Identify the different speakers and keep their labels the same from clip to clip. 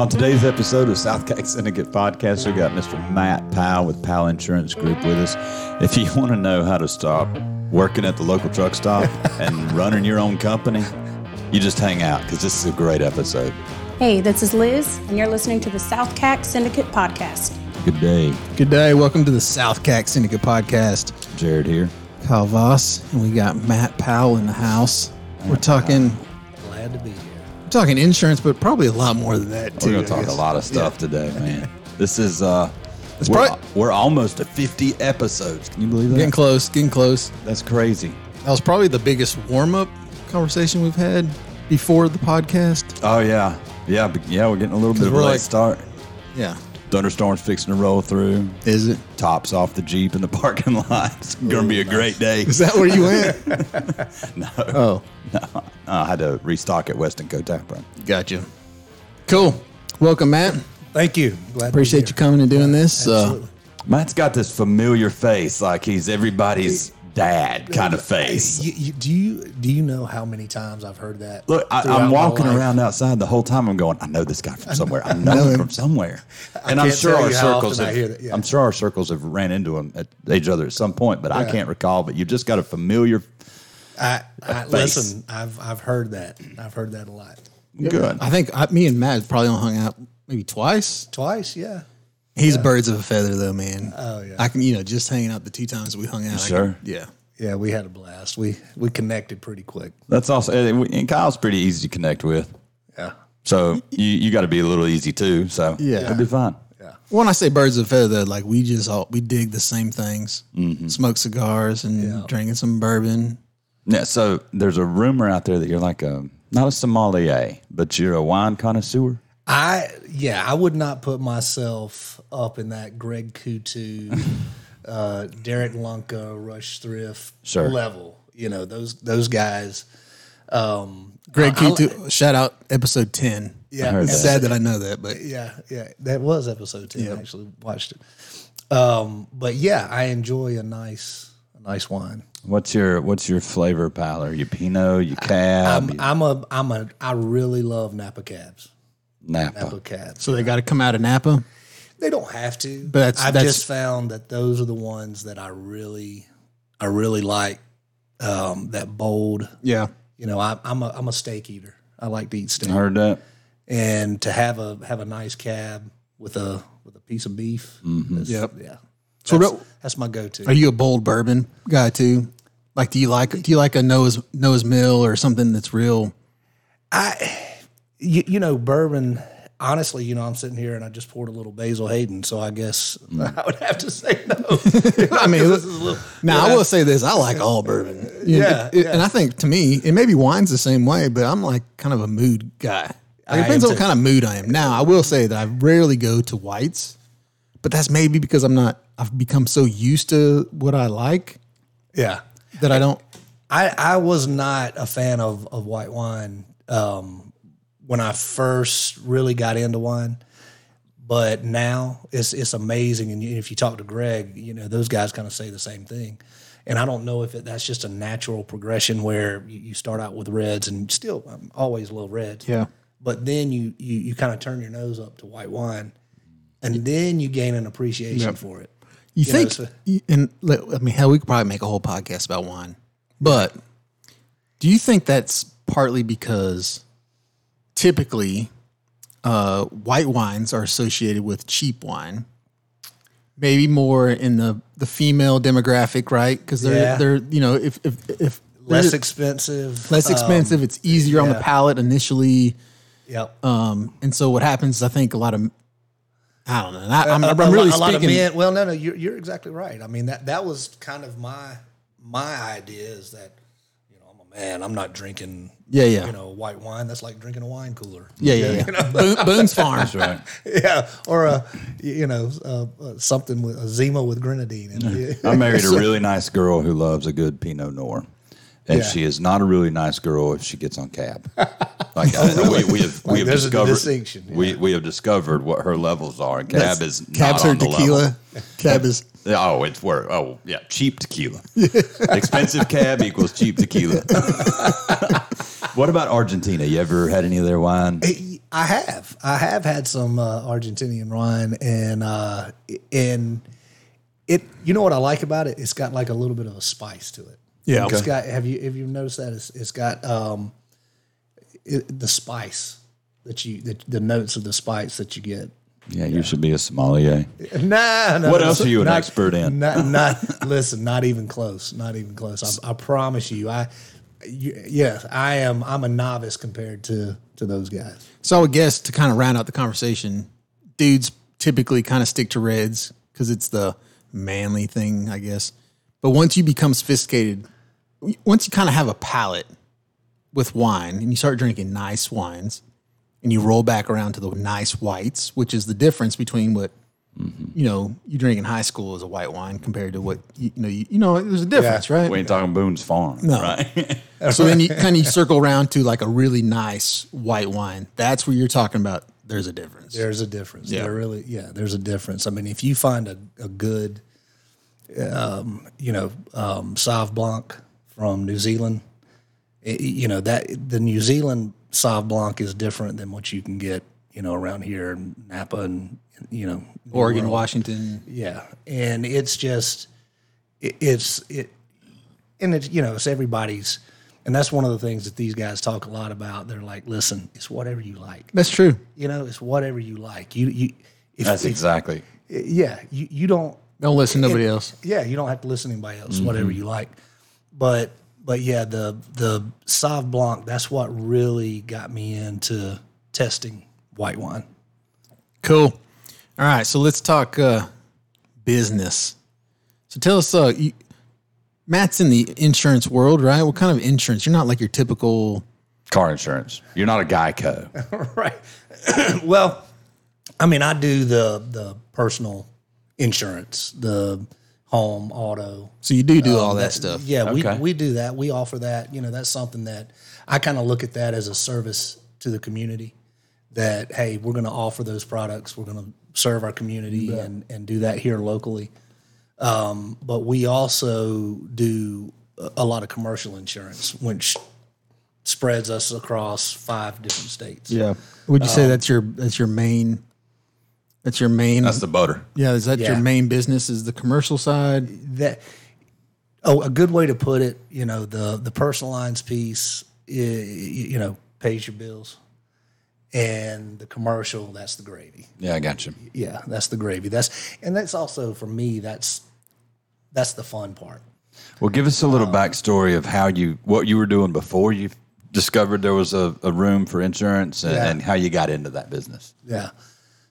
Speaker 1: On today's episode of South Cake Syndicate Podcast, we got Mr. Matt Powell with Powell Insurance Group with us. If you want to know how to stop working at the local truck stop and running your own company, you just hang out because this is a great episode.
Speaker 2: Hey, this is Liz, and you're listening to the South CAC Syndicate Podcast.
Speaker 1: Good day,
Speaker 3: Good day. Welcome to the South CAC Syndicate podcast.
Speaker 1: Jared here.
Speaker 3: Kyle Voss, and we got Matt Powell in the house. We're talking. Glad to be here. We're talking insurance, but probably a lot more than that, too.
Speaker 1: We're going to
Speaker 3: I
Speaker 1: talk a
Speaker 3: guess.
Speaker 1: lot of stuff today, man. This is, uh, we're,
Speaker 3: probably-
Speaker 1: we're almost to 50 episodes. Can you believe
Speaker 3: Getting
Speaker 1: that?
Speaker 3: close, getting close.
Speaker 1: That's crazy.
Speaker 3: That was probably the biggest warm up conversation we've had before the podcast.
Speaker 1: Oh, yeah. Yeah, but yeah, we're getting a little bit of a
Speaker 3: we're
Speaker 1: late
Speaker 3: like-
Speaker 1: start.
Speaker 3: Yeah.
Speaker 1: Thunderstorms fixing to roll through.
Speaker 3: Is it?
Speaker 1: tops off the Jeep in the parking lot. It's going to be a great day.
Speaker 3: Is that where you went? no. Oh,
Speaker 1: Uh, I had to restock at Weston Co Tap Run.
Speaker 3: gotcha. Cool. Welcome, Matt.
Speaker 4: Thank you. Glad
Speaker 3: Appreciate you
Speaker 4: to
Speaker 3: coming and doing this. Uh,
Speaker 4: Absolutely.
Speaker 1: Matt's got this familiar face, like he's everybody's dad kind of face.
Speaker 4: You, you, do you do you know how many times I've heard that?
Speaker 1: Look, I,
Speaker 4: throughout
Speaker 1: I'm
Speaker 4: my
Speaker 1: walking
Speaker 4: life?
Speaker 1: around outside the whole time. I'm going, I know this guy from somewhere. I know him from somewhere. And I'm
Speaker 4: can't
Speaker 1: sure
Speaker 4: tell
Speaker 1: our
Speaker 4: you how
Speaker 1: circles,
Speaker 4: often I
Speaker 1: have,
Speaker 4: hear that, yeah.
Speaker 1: I'm sure our circles have ran into him at each other at some point, but I
Speaker 4: Yeah.
Speaker 1: can't recall. But you've just got a familiar.
Speaker 4: I, I
Speaker 1: face.
Speaker 4: listen. I've I've heard that. I've heard that a lot.
Speaker 1: Good.
Speaker 3: I think I, me and Matt probably only hung out maybe twice.
Speaker 4: Twice, yeah.
Speaker 3: He's birds of a feather, though, man.
Speaker 4: Oh, yeah.
Speaker 3: I can, you know, just hanging out the two times we hung out. I
Speaker 1: sure?
Speaker 3: can- yeah.
Speaker 4: Yeah, we had a blast. We we connected pretty quick.
Speaker 1: That's also, and Kyle's pretty easy to connect with.
Speaker 4: Yeah.
Speaker 1: So you, you got to be a little easy too. So
Speaker 3: Yeah.
Speaker 1: it'll be fine.
Speaker 3: When I say birds of a feather, though, like we just all we dig the same things,
Speaker 1: Mm-hmm.
Speaker 3: smoke cigars, and drinking some bourbon.
Speaker 1: Yeah, so there's a rumor out there that you're like a not a sommelier, but you're a wine connoisseur.
Speaker 4: I yeah, I would not put myself up in that Greg Kutu, uh, Derek Lunka, Rush Thrift
Speaker 1: Sure.
Speaker 4: level. You know those those guys. Um,
Speaker 3: Greg
Speaker 4: I- I-
Speaker 3: Kutu, shout out episode ten.
Speaker 4: Yeah,
Speaker 1: heard
Speaker 3: it's
Speaker 1: that.
Speaker 3: sad that I know that, but
Speaker 4: yeah, yeah. That was episode ten. I actually watched it. Um, but yeah, I enjoy a nice, a nice wine.
Speaker 1: What's your what's your flavor palette? Are you Pinot, you Cab,
Speaker 4: I'm,
Speaker 1: you
Speaker 4: I'm a, I'm a, I really love Napa cabs.
Speaker 1: Napa?
Speaker 4: Napa cabs.
Speaker 3: so they got to come out of Napa.
Speaker 4: They don't have to.
Speaker 3: But that's-
Speaker 4: I've
Speaker 3: that's-
Speaker 4: just found that those are the ones that I really, I really like. Um, that bold.
Speaker 3: Yeah,
Speaker 4: You know, I, I'm a, I'm a steak eater. I like to eat steak,
Speaker 1: I heard that.
Speaker 4: and to have a have a nice cab with a with a piece of beef. that's-
Speaker 3: Yep.
Speaker 4: Yeah.
Speaker 3: So
Speaker 4: that's,
Speaker 3: what-
Speaker 4: that's my go-to.
Speaker 3: are you a bold bourbon guy too? Like, do you like do you like a Noah's Noah's Mill or something that's real?
Speaker 4: you, you know, bourbon. Honestly, you know, I'm sitting here and I just poured a little Basil Hayden, so I guess I would have to say no.
Speaker 3: I mean,
Speaker 4: this is a little,
Speaker 3: Now I will say this: I like all bourbon. You know,
Speaker 4: Yeah,
Speaker 3: it- it- and I think to me, and maybe wine's the same way, but I'm like kind of a mood guy. Like, it
Speaker 4: I
Speaker 3: depends
Speaker 4: am
Speaker 3: on what
Speaker 4: too.
Speaker 3: kind of mood I am. Now I will say that I rarely go to whites, but that's maybe because I'm not. I've become so used to what I like
Speaker 4: yeah.
Speaker 3: that I don't.
Speaker 4: I I was not a fan of of white wine um, when I first really got into wine, but now it's it's amazing. And if you talk to Greg, you know those guys kind of say the same thing. And I don't know if it, that's just a natural progression where you, you start out with reds and still I'm always love reds.
Speaker 3: Yeah.
Speaker 4: but then you you you kind of turn your nose up to white wine, and then you gain an appreciation for it.
Speaker 3: You,
Speaker 4: You know,
Speaker 3: think?
Speaker 4: so-
Speaker 3: you- and let- I mean, hell, we could probably make a whole podcast about wine. But do you think that's partly because typically uh, white wines are associated with cheap wine? Maybe more in the, the female demographic, right? Because they're
Speaker 4: Yeah.
Speaker 3: they're you know if if, if
Speaker 4: Less um,
Speaker 3: they're
Speaker 4: expensive.
Speaker 3: less expensive, it's easier on the palate initially.
Speaker 4: yep.
Speaker 3: Um, and so what happens? I think a lot of I don't know. and I, I'm,
Speaker 4: a-
Speaker 3: I'm
Speaker 4: a lo-
Speaker 3: really
Speaker 4: a lot of
Speaker 3: speaking.
Speaker 4: men. Well, no, no, you're, you're exactly right. I mean that that was kind of my my idea is that you know I'm a man. I'm not drinking.
Speaker 3: Yeah, yeah.
Speaker 4: You know, white wine. That's like drinking a wine cooler.
Speaker 3: yeah, yeah, yeah. Boone, Boone's Farm.
Speaker 1: Right.
Speaker 4: yeah. Or a you know uh, uh, something with a Zima with grenadine. in it.
Speaker 1: I married a really nice girl who loves a good Pinot Noir. And
Speaker 4: Yeah.
Speaker 1: she is not a really nice girl if she gets on cab. Like I- we, we have, we have
Speaker 4: there's a
Speaker 1: discovered
Speaker 4: distinction, yeah.
Speaker 1: we, we have discovered what her levels are, and cab is not
Speaker 3: Cabs are
Speaker 1: on the level.
Speaker 3: tequila. Cab is
Speaker 1: Oh, it's worth. Oh, yeah, cheap tequila. Expensive cab equals cheap tequila. what about Argentina? You ever had any of their wine?
Speaker 4: Y- I have. I have had some uh, Argentinian wine, and uh, and it. You know what I like about it? It's got like a little bit of a spice to it.
Speaker 3: Yeah.
Speaker 4: It's got. Have you have you noticed that? It's, it's got um, it, the spice that you the, the notes of the spice that you get.
Speaker 1: Yeah, you should be a sommelier.
Speaker 4: Nah, no.
Speaker 1: What else are you an expert in?
Speaker 4: Not, not listen. Not even close. Not even close. I, I promise you. I, you, yes, I am. I'm a novice compared to to those guys.
Speaker 3: So I would guess to kind of round out the conversation, dudes typically kind of stick to reds because it's the manly thing, I guess. But once you become sophisticated, w- once you kind of have a palate with wine and you start drinking nice wines and you roll back around to the nice whites, which is the difference between what
Speaker 1: Mm-hmm.
Speaker 3: you know you drink in high school is a white wine compared to what you, you know you, you know there's a difference, right?
Speaker 1: We ain't talking Boone's Farm, right?
Speaker 3: So then you kind of circle around to like a really nice white wine. That's where you're talking about. There's a difference.
Speaker 4: There's a difference. There really, yeah, there's a difference. I mean, if you find a, a good, um, you know, um, Sauv Blanc from New Zealand, it, you know, that the New Zealand Sauv Blanc is different than what you can get, you know, around here in Napa and, you know, New
Speaker 3: Oregon,
Speaker 4: World.
Speaker 3: Washington.
Speaker 4: Yeah. And it's just, it, it's, it, and it's, you know, it's everybody's. And that's one of the things that these guys talk a lot about. They're like, listen, it's whatever you like.
Speaker 3: That's true.
Speaker 4: You know, it's whatever you like. You you if,
Speaker 1: That's
Speaker 4: if-
Speaker 1: exactly.
Speaker 4: yeah, you, you don't
Speaker 3: Don't listen to nobody
Speaker 4: it-
Speaker 3: else.
Speaker 4: Yeah, you don't have to listen to anybody else, whatever you like. But but yeah, the the Sauv Blanc, that's what really got me into testing white wine.
Speaker 3: Cool. All right, so let's talk uh, business. So tell us, uh, you, Matt's in the insurance world, right? What kind of insurance? You're not like your typical.
Speaker 1: Car insurance. You're not a Geico.
Speaker 4: right. well, I mean, I do the the personal insurance, the home, auto,
Speaker 3: So you do do all that stuff.
Speaker 4: Yeah,
Speaker 1: Okay.
Speaker 4: we, we do that. We offer that. You know, that's something that I kind of look at that as a service to the community. That hey, we're going to offer those products. We're going to serve our community and and do that here locally. Um, but we also do a a lot of commercial insurance, which spreads us across five different states.
Speaker 3: Yeah. Would you say that's your that's your main? That's your main.
Speaker 1: That's the butter.
Speaker 3: yeah, is that your
Speaker 4: Yeah.
Speaker 3: main business? Is the commercial side?
Speaker 4: that oh, a good way to put it, you know, the the personal lines piece, i- i- you know, pays your bills, and the commercial that's the gravy.
Speaker 1: Yeah, I got you.
Speaker 4: Yeah, that's the gravy. That's and that's also for me. That's that's the fun part.
Speaker 1: Well, give us a little backstory of how you, what you were doing before you discovered there was a, a room for insurance and,
Speaker 4: Yeah.
Speaker 1: and how you got into that business.
Speaker 4: Yeah.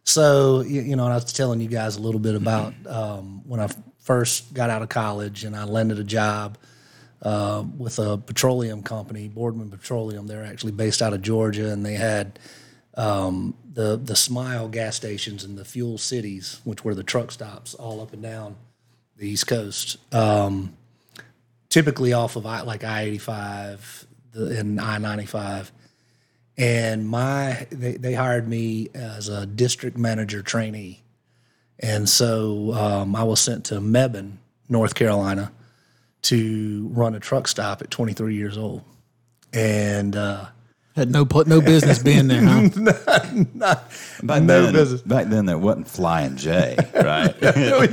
Speaker 4: So you, you know, and I was telling you guys a little bit about um, when I f- first got out of college and I landed a job uh, with a petroleum company, Boardman Petroleum. They're actually based out of Georgia, and they had um, the the Smile gas stations and the fuel cities, which were the truck stops all up and down the East Coast. Um, typically off of I, like I eighty five and I ninety five and my they, they hired me as a district manager trainee and so um, i was sent to mebane north carolina to run a truck stop at 23 years old and uh,
Speaker 3: Had no pl- no business being there. Huh?
Speaker 1: Back then, back then, there wasn't Flying J, right? it was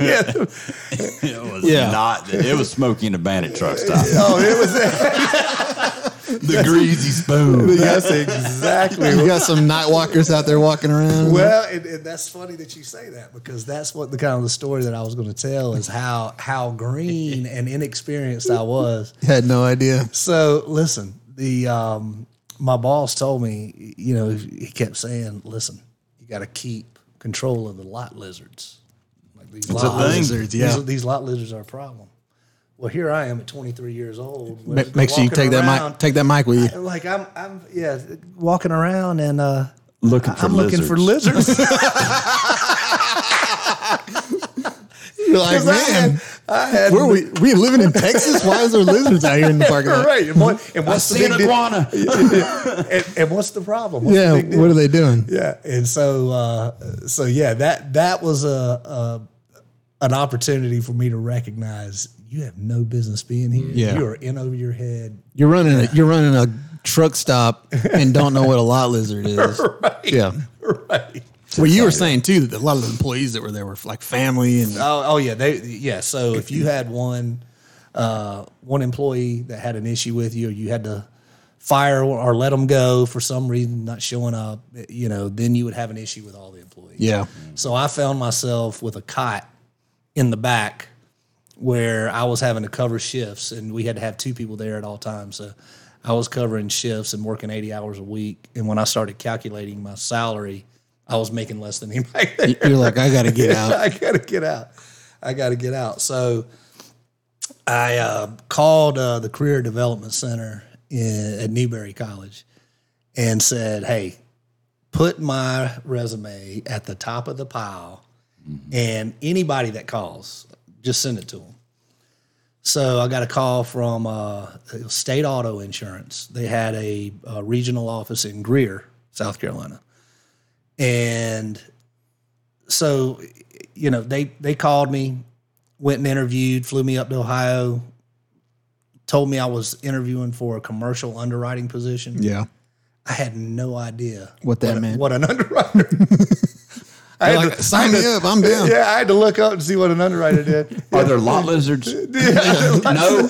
Speaker 3: Yeah.
Speaker 1: not. It was smoking a bandit truck stop. Oh, it was the greasy spoon.
Speaker 4: that's exactly
Speaker 3: you got some night walkers out there walking around.
Speaker 4: well uh, and, and that's funny that you say that because that's what the kind of the story that i was going to tell is how how green and inexperienced i was
Speaker 3: Had no idea.
Speaker 4: So listen, the um, my boss told me, you know, he kept saying, "Listen, you got to keep control of the lot lizards. Like these lot
Speaker 1: a thing.
Speaker 4: lizards,
Speaker 3: Yeah.
Speaker 4: these, these lot lizards are a problem." Well, here I am at 23 years old.
Speaker 3: Ma- Make sure you
Speaker 4: walking
Speaker 3: take that
Speaker 4: around,
Speaker 3: mic. Take that mic with you.
Speaker 4: Like I'm, I'm, yeah, walking around and uh,
Speaker 1: Looking for
Speaker 4: I'm looking for lizards.
Speaker 3: You're like,
Speaker 4: 'Cause I
Speaker 3: man,
Speaker 4: had- I had
Speaker 3: where we we living in Texas? Why is there lizards out here in the parking lot?
Speaker 4: right. And, what, and
Speaker 1: I
Speaker 4: what's
Speaker 1: see an
Speaker 4: the big deal?
Speaker 1: iguana.
Speaker 4: and, and what's the problem? What's the
Speaker 3: Yeah,
Speaker 4: big deal?
Speaker 3: what are they doing?
Speaker 4: Yeah, and so uh, so yeah, that that was a, a an opportunity for me to recognize you have no business being here.
Speaker 3: Yeah.
Speaker 4: you are in over your head.
Speaker 3: You're running a you're running a truck stop and don't know what a lot lizard is. Yeah.
Speaker 4: right.
Speaker 3: Well, you were saying too that a lot of the employees that were there were like family and
Speaker 4: Oh, oh yeah, they yeah. So if you had one uh, one employee that had an issue with you, or you had to fire or let them go for some reason, not showing up, you know, then you would have an issue with all the employees.
Speaker 3: yeah,
Speaker 4: So I found myself with a cot in the back where I was having to cover shifts, and we had to have two people there at all times. So I was covering shifts and working eighty hours a week. And when I started calculating my salary, I was making less than anybody there.
Speaker 3: you're like I got to get out.
Speaker 4: I gotta get out. I gotta get out. So I uh, called uh, the Career Development Center in, at Newberry College and said, "Hey, put my resume at the top of the pile,
Speaker 3: Mm-hmm.
Speaker 4: and anybody that calls, just send it to them." So I got a call from uh, State Auto Insurance. They had a, a regional office in Greer, South Carolina, and so you know they they called me went and interviewed flew me up to ohio told me i was interviewing for a commercial underwriting position
Speaker 3: Yeah,
Speaker 4: i had no idea
Speaker 3: What that
Speaker 4: a-
Speaker 3: meant.
Speaker 4: what an underwriter I
Speaker 3: You're
Speaker 4: had
Speaker 3: like
Speaker 4: to-
Speaker 3: sign me up. I'm down.
Speaker 4: yeah i had to look up and see what an underwriter did
Speaker 1: Are there lot lizards? no,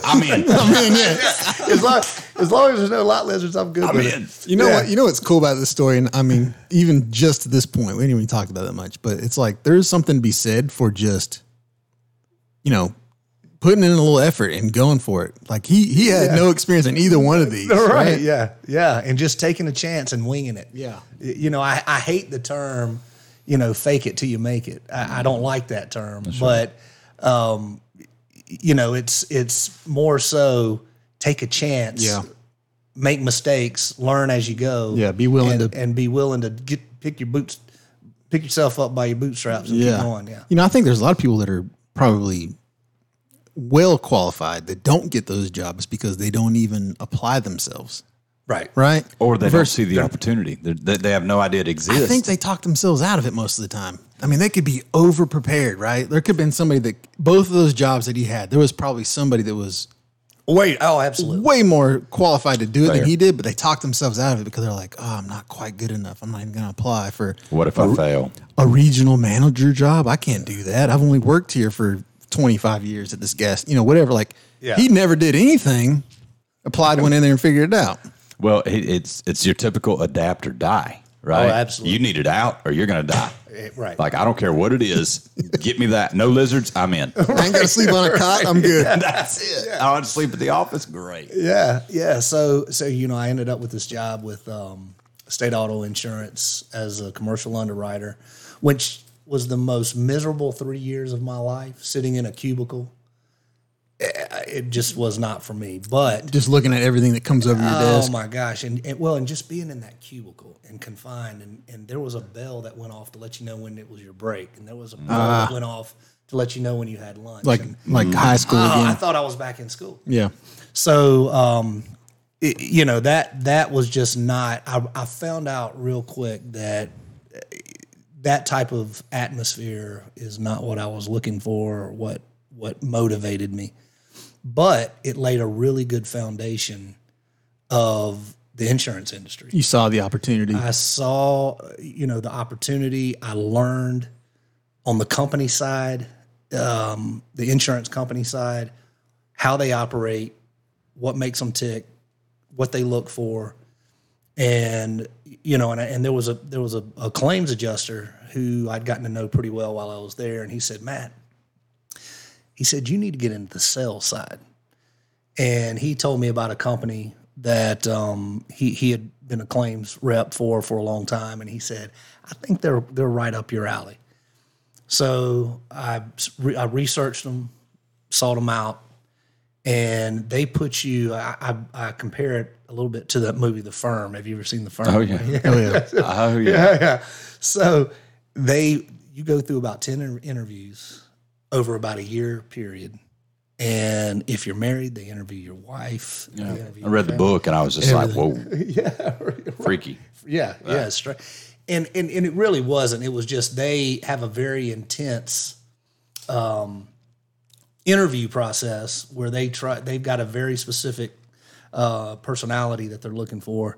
Speaker 1: I'm in.
Speaker 3: Man, yeah.
Speaker 4: as, long, as long as there's no lot lizards i'm good
Speaker 1: I'm
Speaker 4: with
Speaker 1: in.
Speaker 4: it
Speaker 3: You know
Speaker 4: Yeah.
Speaker 3: what? You know what's cool about this story, and I mean, even just to this point, we didn't even talk about that much. But it's like there is something to be said for just, you know, putting in a little effort and going for it. Like he he had no experience in either one of these.
Speaker 4: right, yeah yeah and just taking a chance and winging it
Speaker 3: Yeah.
Speaker 4: Y- you know i, I hate the term you know fake it till you make it i, I don't like that term but um, y- you know it's it's more so take a chance
Speaker 3: Yeah.
Speaker 4: make mistakes learn as you go
Speaker 3: Yeah, be willing
Speaker 4: and,
Speaker 3: to-
Speaker 4: and be willing to get pick your boots pick yourself up by your bootstraps and keep going yeah
Speaker 3: You know, I think there's a lot of people that are probably well qualified that don't get those jobs because they don't even apply themselves,
Speaker 4: right
Speaker 3: right?
Speaker 1: Or they don't see the opportunity. They're- They, they have no idea it exists.
Speaker 3: I think they talk themselves out of it most of the time. I mean, they could be over prepared, right? There could have been somebody that both of those jobs that he had, there was probably somebody that was
Speaker 4: wait oh absolutely
Speaker 3: way more qualified to do it
Speaker 1: Fair.
Speaker 3: than he did, but they talked themselves out of it because they're like, oh, I'm not quite good enough. I'm not even going to apply for
Speaker 1: what if I fail?
Speaker 3: a regional manager job. I can't do that. I've only worked here for 25 years at this gas, you know, whatever. Like,
Speaker 4: Yeah.
Speaker 3: he never did anything, applied, went in there and figured it out.
Speaker 1: Well, it, it's it's your typical adapt or die, right?
Speaker 4: Oh, absolutely.
Speaker 1: You need it out, or you're going to die.
Speaker 4: Eh, right
Speaker 1: Like I don't care what it is, get me that. No lizards, I'm in.
Speaker 3: I ain't going to sleep on a cot. I'm good.
Speaker 1: That's it. I want to sleep at the office. Great.
Speaker 4: yeah yeah so so you know i ended up with this job with um, state auto insurance as a commercial underwriter which was the most miserable three years of my life sitting in a cubicle Eh, it just was not for me but
Speaker 3: Just looking at everything that comes over your
Speaker 4: oh
Speaker 3: desk.
Speaker 4: my gosh and, and well and just being in that cubicle and confined and, and there was a bell that went off to let you know when it was your break and there was a bell that went off to let you know when you had lunch
Speaker 3: Like,
Speaker 4: and,
Speaker 3: like high school
Speaker 4: oh, i
Speaker 3: again.
Speaker 4: thought i was back in school
Speaker 3: Yeah.
Speaker 4: so um it, you know that that was just not I, I found out real quick that uh, that type of atmosphere is not what i was looking for or what what motivated me but it laid a really good foundation of the insurance industry
Speaker 3: You saw the opportunity.
Speaker 4: I saw, uh, you know, the opportunity. I learned on the company side, um, the insurance company side, how they operate, what makes them tick, what they look for, and you know, and I, and there was a there was a, a claims adjuster who I'd gotten to know pretty well while I was there, and he said, Matt, he said you need to get into the sales side and he told me about a company that um, he he had been a claims rep for for a long time, and he said, "I think they're they're right up your alley." So I s- re- I researched them, sought them out, and they put you. I, I I compare it a little bit to that movie, The Firm. Have you ever seen The Firm?
Speaker 1: Oh yeah.
Speaker 3: oh, yeah.
Speaker 1: Oh yeah.
Speaker 4: so they you go through about 10 inter- interviews over about a year period and if you're married they interview your wife yeah,
Speaker 1: I read the book and I was just like, whoa,
Speaker 4: yeah
Speaker 1: freaky.
Speaker 4: yeah yeah stra- and, and and it really wasn't it was just they have a very intense um interview process where they try they've got a very specific uh, personality that they're looking for,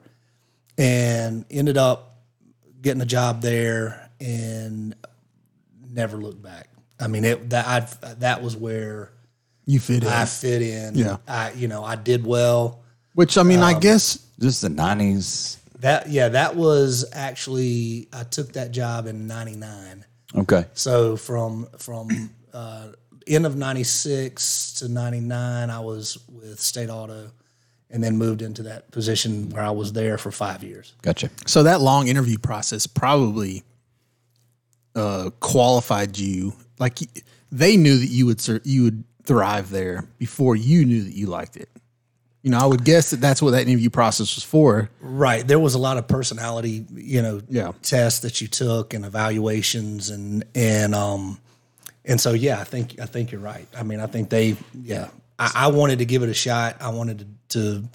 Speaker 4: and ended up getting a job there and never looked back. I mean, it that I that was where
Speaker 3: You fit in.
Speaker 4: I fit in.
Speaker 3: Yeah.
Speaker 4: I you know I did well.
Speaker 3: Which I mean,
Speaker 4: Um,
Speaker 3: I guess
Speaker 1: Just the nineties.
Speaker 4: That yeah, that was actually I took that job in '99.
Speaker 1: Okay.
Speaker 4: So from from uh, end of '96 to '99, I was with State Auto, and then moved into that position where I was there for five years.
Speaker 1: Gotcha.
Speaker 3: so. That long interview process probably uh, qualified you. Like y- they knew that you would sur- you would thrive there before you knew that you liked it. You know, I would guess that that's what that interview process was for.
Speaker 4: Right. There was a lot of personality, you know,
Speaker 3: Yeah.
Speaker 4: tests that you took and evaluations and and um and so yeah, I think I think you're right. I mean, I think they yeah. I, I wanted to give it a shot. I wanted to, to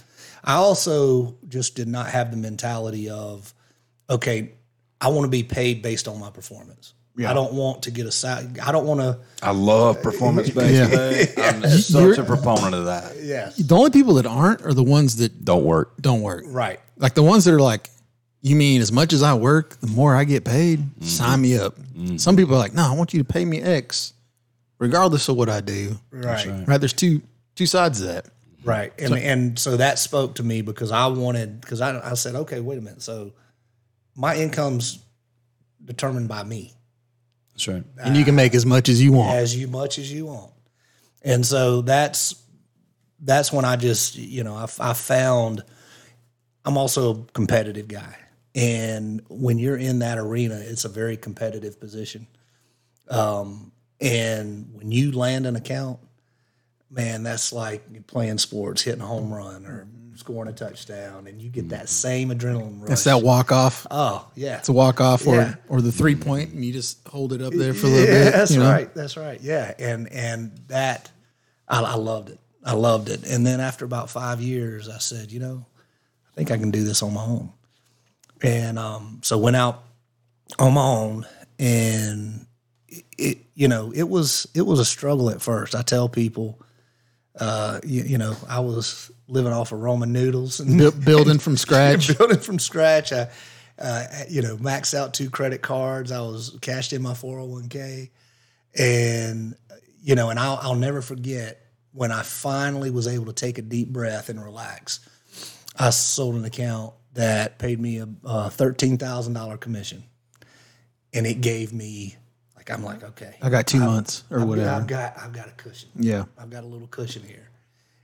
Speaker 4: I also just did not have the mentality of, okay, I want to be paid based on my performance. I don't want to get a sal- I don't want to
Speaker 1: I love performance based I'm such a proponent of that.
Speaker 3: The only people that aren't are the ones that
Speaker 1: Don't work.
Speaker 3: don't work.
Speaker 4: right.
Speaker 3: Like the ones that are like, you mean as much as I work, the more I get paid?
Speaker 4: Mm-hmm.
Speaker 3: Sign me up. Some people are like, no, I want you to pay me X, regardless of what I do.
Speaker 4: Right.
Speaker 3: Right? There's two two sides to that.
Speaker 4: Right. And and so that spoke to me because I wanted because I I said, okay, wait a minute. So my income's determined by me
Speaker 1: That's right.
Speaker 3: And you can make as much as you want.
Speaker 4: as you much as you want. And so that's that's when I just, you know, I, I found I'm also a competitive guy. And when you're in that arena, it's a very competitive position. Um, and when you land an account, man, that's like playing sports, hitting a home run or scoring a touchdown, and you get that same adrenaline rush.
Speaker 3: Mm-hmm. That's that walk off.
Speaker 4: oh, yeah.
Speaker 3: It's a walk off or,
Speaker 4: Yeah.
Speaker 3: or the three point, and you just hold it up there for a
Speaker 4: yeah,
Speaker 3: little bit.
Speaker 4: That's
Speaker 3: you know?
Speaker 4: right. That's right. Yeah, and and that I, I loved it. I loved it. And then after about five years, I said, you know, I think I can do this on my own. And um, so went out on my own, and it, it you know it was it was a struggle at first. I tell people, uh, you, you know, I was living off of Roman noodles and
Speaker 3: Bu- building from scratch.
Speaker 4: building from scratch. I, uh, you know, maxed out two credit cards. I was cashed in my 401k. And, you know, and I'll, I'll never forget when I finally was able to take a deep breath and relax. I sold an account that paid me a, uh $13,000 commission. And it gave me, like, I'm like, okay,
Speaker 3: I got two months or
Speaker 4: I've
Speaker 3: Oh, whatever.
Speaker 4: got, I've got a cushion.
Speaker 3: Yeah.
Speaker 4: I've got a little cushion here.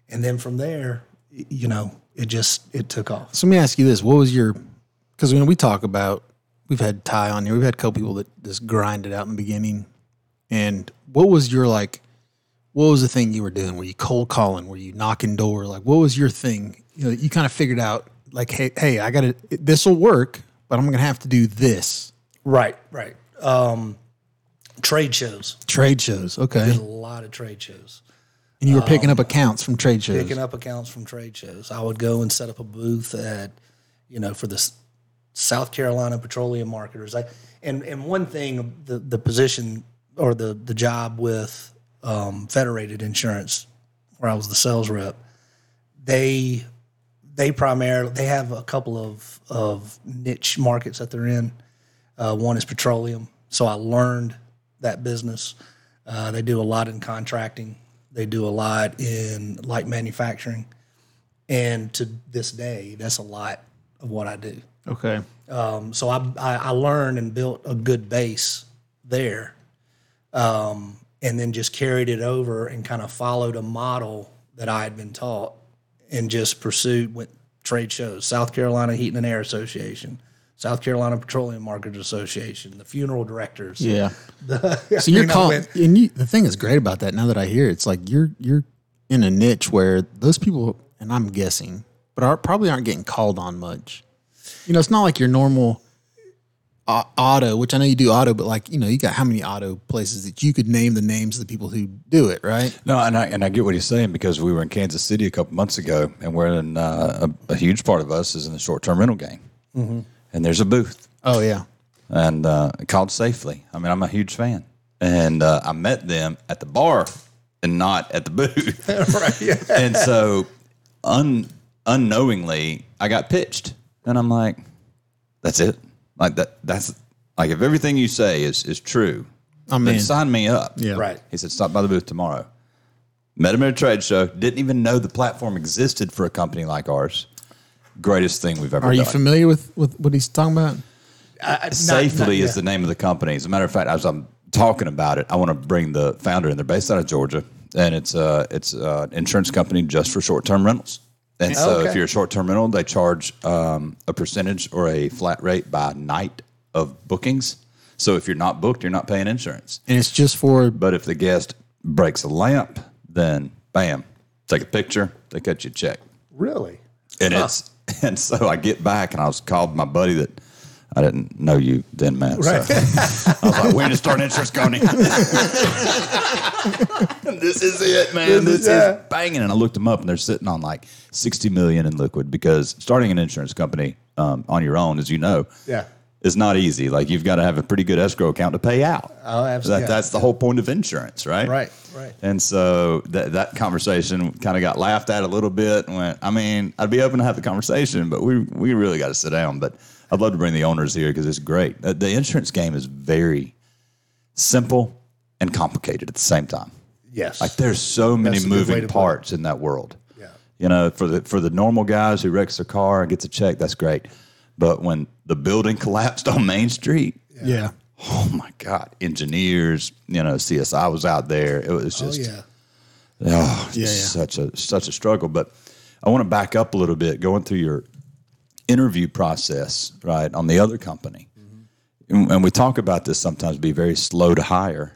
Speaker 4: And then from there, y- you know, it just, it took off.
Speaker 3: So let me ask you this: What was your? Because when we talk about, we've had Ty on here. We've had a couple people that just grind it out in the beginning. And what was your like? What was the thing you were doing? Were you cold calling? Were you knocking door? Like, what was your thing? You know, that you kind of figured out like, hey, hey, I got to. This will work, but I'm gonna have to do this.
Speaker 4: Right, right. Um, trade shows,
Speaker 3: Trade shows, okay.
Speaker 4: a lot of trade shows.
Speaker 3: And you were picking up accounts from trade shows.
Speaker 4: Picking up accounts from trade shows. I would go and set up a booth at, you know, for the S- South Carolina Petroleum Marketers. I, and and one thing, the the position or the the job with um, Federated Insurance, where I was the sales rep, they they primarily they have a couple of of niche markets that they're in. Uh, one is petroleum, so I learned that business. Uh, they do a lot in contracting. They do a lot in light manufacturing, and to this day, that's a lot of what I do.
Speaker 3: Okay.
Speaker 4: Um, so I, I I learned and built a good base there, um, and then just carried it over and kind of followed a model that I had been taught, and just pursued with trade shows, South Carolina Heating and Air Association, South Carolina Petroleum Markets Association, the funeral directors.
Speaker 3: Yeah.
Speaker 4: I
Speaker 3: So you're
Speaker 4: mean, I
Speaker 3: calling,
Speaker 4: went-
Speaker 3: and you, the thing that's great about that now that I hear it, it's like you're you're in a niche where those people, and I'm guessing, but are probably aren't getting called on much. You know, it's not like your normal au- auto, which I know you do auto, but like you know, you got how many auto places that you could name the names of the people who do it, right?
Speaker 1: No, and I and I get what he's saying because we were in Kansas City a couple months ago, and we're in uh, a, a huge part of us is in the short term rental game, and there's a booth
Speaker 3: Oh yeah,
Speaker 1: and uh, called Safely. I mean, I'm a huge fan, and uh, I met them at the bar and not at the booth.
Speaker 4: right. Yeah.
Speaker 1: and so un unknowingly, I got pitched, and I'm like, "That's it. Like that. That's like if everything you say is is true,
Speaker 3: I'm
Speaker 1: then
Speaker 3: in.
Speaker 1: sign me up."
Speaker 3: Yeah.
Speaker 4: Right.
Speaker 1: He said, "Stop by the booth tomorrow." Met him at a trade show. Didn't even know the platform existed for a company like ours. Greatest thing we've ever
Speaker 3: Are
Speaker 1: done.
Speaker 3: you familiar with, with what he's talking about?
Speaker 1: Safely
Speaker 4: not-
Speaker 1: is the name of the company. As a matter of fact, as I'm talking about it, I want to bring the founder in. They're based out of Georgia, and it's a it's a insurance company just for short term rentals. And so, if
Speaker 4: Okay.
Speaker 1: you're a short term rental, they charge um, a percentage or a flat rate by night of bookings. So if you're not booked, you're not paying insurance.
Speaker 3: And it's just for
Speaker 1: But if the guest breaks a lamp, then bam, take a picture. They cut you a check.
Speaker 4: Really?
Speaker 1: And it's and so I get back and I was called my buddy that I didn't know you then, Matt.
Speaker 4: Right.
Speaker 1: So I was like, we need to start an insurance company. this is it, man. This
Speaker 4: yeah.
Speaker 1: is banging. And I looked them up and they're sitting on like 60 million in liquid because starting an insurance company um, on your own, as you know,
Speaker 4: Yeah.
Speaker 1: is not easy. Like you've got to have a pretty good escrow account to pay out.
Speaker 4: Oh, absolutely.
Speaker 1: That, that's the whole point of insurance, right?
Speaker 4: Right, right.
Speaker 1: And so that that conversation kind of got laughed at a little bit. And went, I mean, I'd be open to have the conversation, but we we really got to sit down. But I'd love to bring the owners here because it's great. Uh, The insurance game is very simple and complicated at the same time.
Speaker 4: Yes.
Speaker 1: Like there's so many
Speaker 4: That's a good way
Speaker 1: moving
Speaker 4: to put it.
Speaker 1: parts in that world.
Speaker 4: Yeah.
Speaker 1: You know, for the for the normal guys who wrecks their car and gets a check, that's great. But when the building collapsed on Main Street,
Speaker 3: yeah.
Speaker 1: oh my God, engineers, you know, CSI was out there. It was
Speaker 4: oh
Speaker 1: just
Speaker 4: yeah.
Speaker 1: Oh,
Speaker 3: Yeah, yeah.
Speaker 1: such a such a struggle. But I want to back up a little bit, going through your interview process, right, on the other company,
Speaker 4: Mm-hmm.
Speaker 1: and, and we talk about this sometimes. Be very slow to hire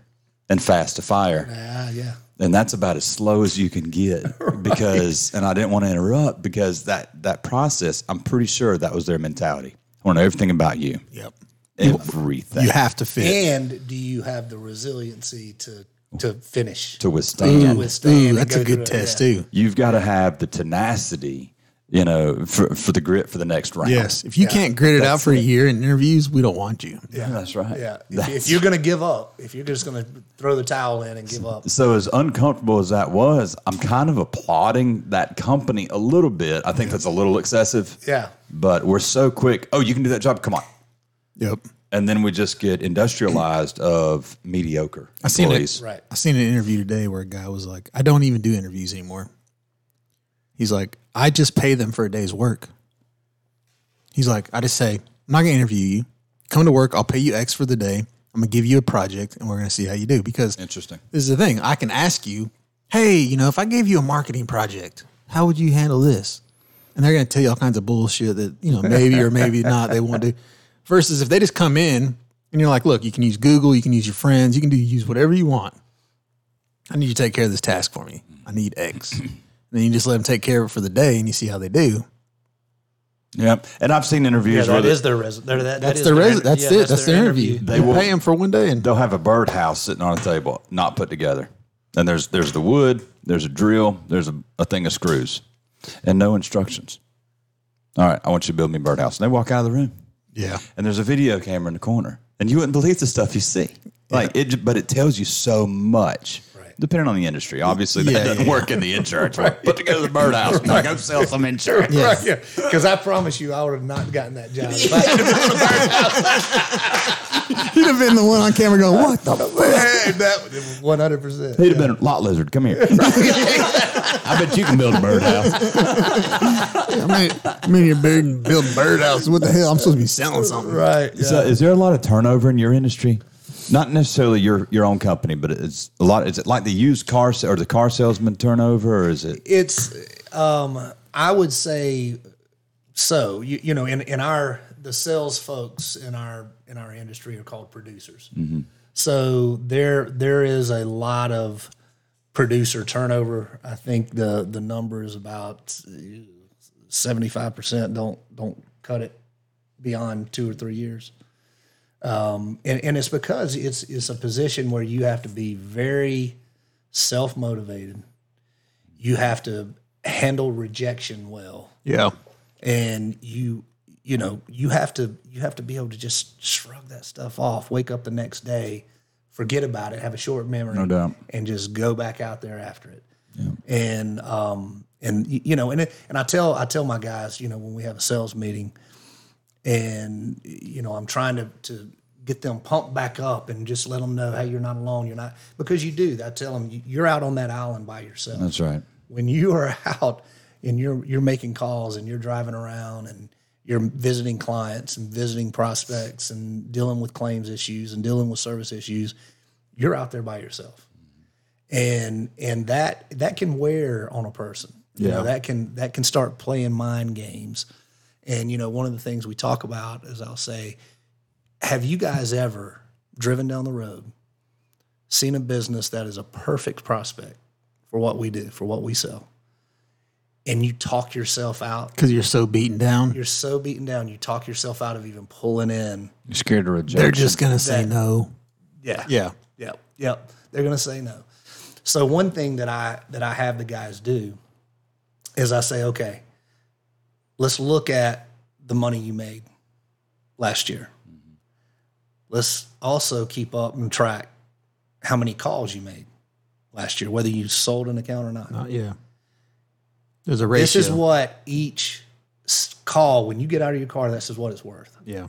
Speaker 1: and fast to fire,
Speaker 4: Yeah. Ah, Yeah.
Speaker 1: and that's about as slow as you can get. Because, and I didn't want to interrupt because that that process, I'm pretty sure that was their mentality. I want to know everything about you,
Speaker 3: Yep.
Speaker 1: everything
Speaker 3: You have to fit.
Speaker 4: And do you have the resiliency to to finish?
Speaker 1: to withstand.
Speaker 4: Ooh. withstand
Speaker 3: Ooh,
Speaker 4: and
Speaker 3: Mm, that's
Speaker 4: go
Speaker 3: a good
Speaker 4: through it,
Speaker 3: test
Speaker 4: yeah.
Speaker 3: too.
Speaker 1: You've got to have the tenacity, you know, for, for the grit for the next round.
Speaker 3: Yes. If you can't grit it out for a year in interviews, we don't want you.
Speaker 1: Yeah, that's right.
Speaker 4: Yeah. If,
Speaker 1: That's-
Speaker 4: if you're gonna give up, if you're just gonna throw the towel in and give up,
Speaker 1: so as uncomfortable as that was, I'm kind of applauding that company a little bit. I think that's a little excessive.
Speaker 4: Yeah.
Speaker 1: But we're so quick. Oh, you can do that job. Come on.
Speaker 3: Yep.
Speaker 1: And then we just get industrialized of mediocre.
Speaker 3: I seen
Speaker 1: employees.
Speaker 3: it.
Speaker 4: Right.
Speaker 3: I seen an interview today where a guy was like, "I don't even do interviews anymore." He's like, "I just pay them for a day's work." He's like, "I just say I'm not gonna interview you. Come to work. I'll pay you X for the day. I'm gonna give you a project, and we're gonna see how you do." Because this
Speaker 1: Interesting.
Speaker 3: is the thing. I can ask you, "Hey, you know, if I gave you a marketing project, how would you handle this?" And they're gonna tell you all kinds of bullshit that you know maybe or maybe not they won't do. Versus if they just come in and you're like, "Look, you can use Google, you can use your friends, you can do use whatever you want." I need you to take care of this task for me. I need X. and then you just let them take care of it for the day and you see how they do.
Speaker 1: Yeah. And I've seen interviews where
Speaker 4: that
Speaker 1: they-
Speaker 4: is their res. That, that
Speaker 3: That's
Speaker 4: is
Speaker 3: their res-
Speaker 4: inter-
Speaker 3: that's
Speaker 4: yeah,
Speaker 3: it. That's, their interview. They
Speaker 1: will-
Speaker 3: pay them for one day and
Speaker 1: they'll have a birdhouse sitting on a table, not put together. And there's there's the wood, there's a drill, there's a, a thing of screws, and no instructions. All right, I want you to build me a birdhouse. And they walk out of the room.
Speaker 3: yeah.
Speaker 1: and there's a video camera in the corner, and you wouldn't believe the stuff you see. Like it, but it tells you so much.
Speaker 4: Right.
Speaker 1: Depending on the industry, obviously that
Speaker 3: Yeah,
Speaker 1: doesn't
Speaker 3: yeah.
Speaker 1: work in the insurance. world. Put together the birdhouse, now go sell some insurance.
Speaker 4: Right, yeah. Because I promise you, I would have not gotten that job. If I-
Speaker 3: You'd have been the one on camera going, What the
Speaker 4: that one hundred percent.
Speaker 1: He'd have been lot lizard. Come here. I bet you can build a birdhouse.
Speaker 3: I mean I mean you're building building birdhouse. What the hell? I'm supposed to be selling something.
Speaker 4: Right. Yeah.
Speaker 1: So, is there a lot of turnover in your industry? Not necessarily your your own company, but it's a lot. Is it like the used car sa- or the car salesman turnover, or is it?
Speaker 4: it's um i would say so you, you know in in our the sales folks in our in our industry are called producers so there there is a lot of producer turnover i think the the number is about uh, 75% don't don't cut it beyond two or three years um and, and it's because it's it's a position where you have to be very self-motivated you have to handle rejection well
Speaker 3: Yeah.
Speaker 4: and you you know you have to you have to be able to just shrug that stuff off wake up the next day forget about it have a short memory
Speaker 1: No doubt.
Speaker 4: and just go back out there after it and um and y- you know, and it, and I tell I tell my guys, you know, when we have a sales meeting, and you know, I'm trying to to get them pumped back up and just let them know, hey, you're not alone. You're not because you do. I tell them you're out on that island by yourself
Speaker 1: That's right.
Speaker 4: when you are out and you're you're making calls and you're driving around and you're visiting clients and visiting prospects and dealing with claims issues and dealing with service issues you're out there by yourself and and that that can wear on a person you know,
Speaker 1: Yeah.
Speaker 4: that can that can start playing mind games and you know one of the things we talk about is i'll say have you guys ever driven down the road seen a business that is a perfect prospect for what we do, for what we sell. And you talk yourself out.
Speaker 3: because you're so beaten down.
Speaker 4: You're so beaten down, you talk yourself out of even pulling in.
Speaker 1: You're scared to reject.
Speaker 3: They're just gonna say no.
Speaker 4: Yeah.
Speaker 3: Yeah,
Speaker 4: Yep. Yep. They're gonna say no. So one thing that I that I have the guys do is I say, okay, let's look at the money you made last year.
Speaker 3: Mm-hmm.
Speaker 4: Let's also keep up and track how many calls you made last year, whether you sold an account or not.
Speaker 3: Uh, yeah. There's a ratio.
Speaker 4: This is what each s- call when you get out of your car. This is what it's worth.
Speaker 3: yeah.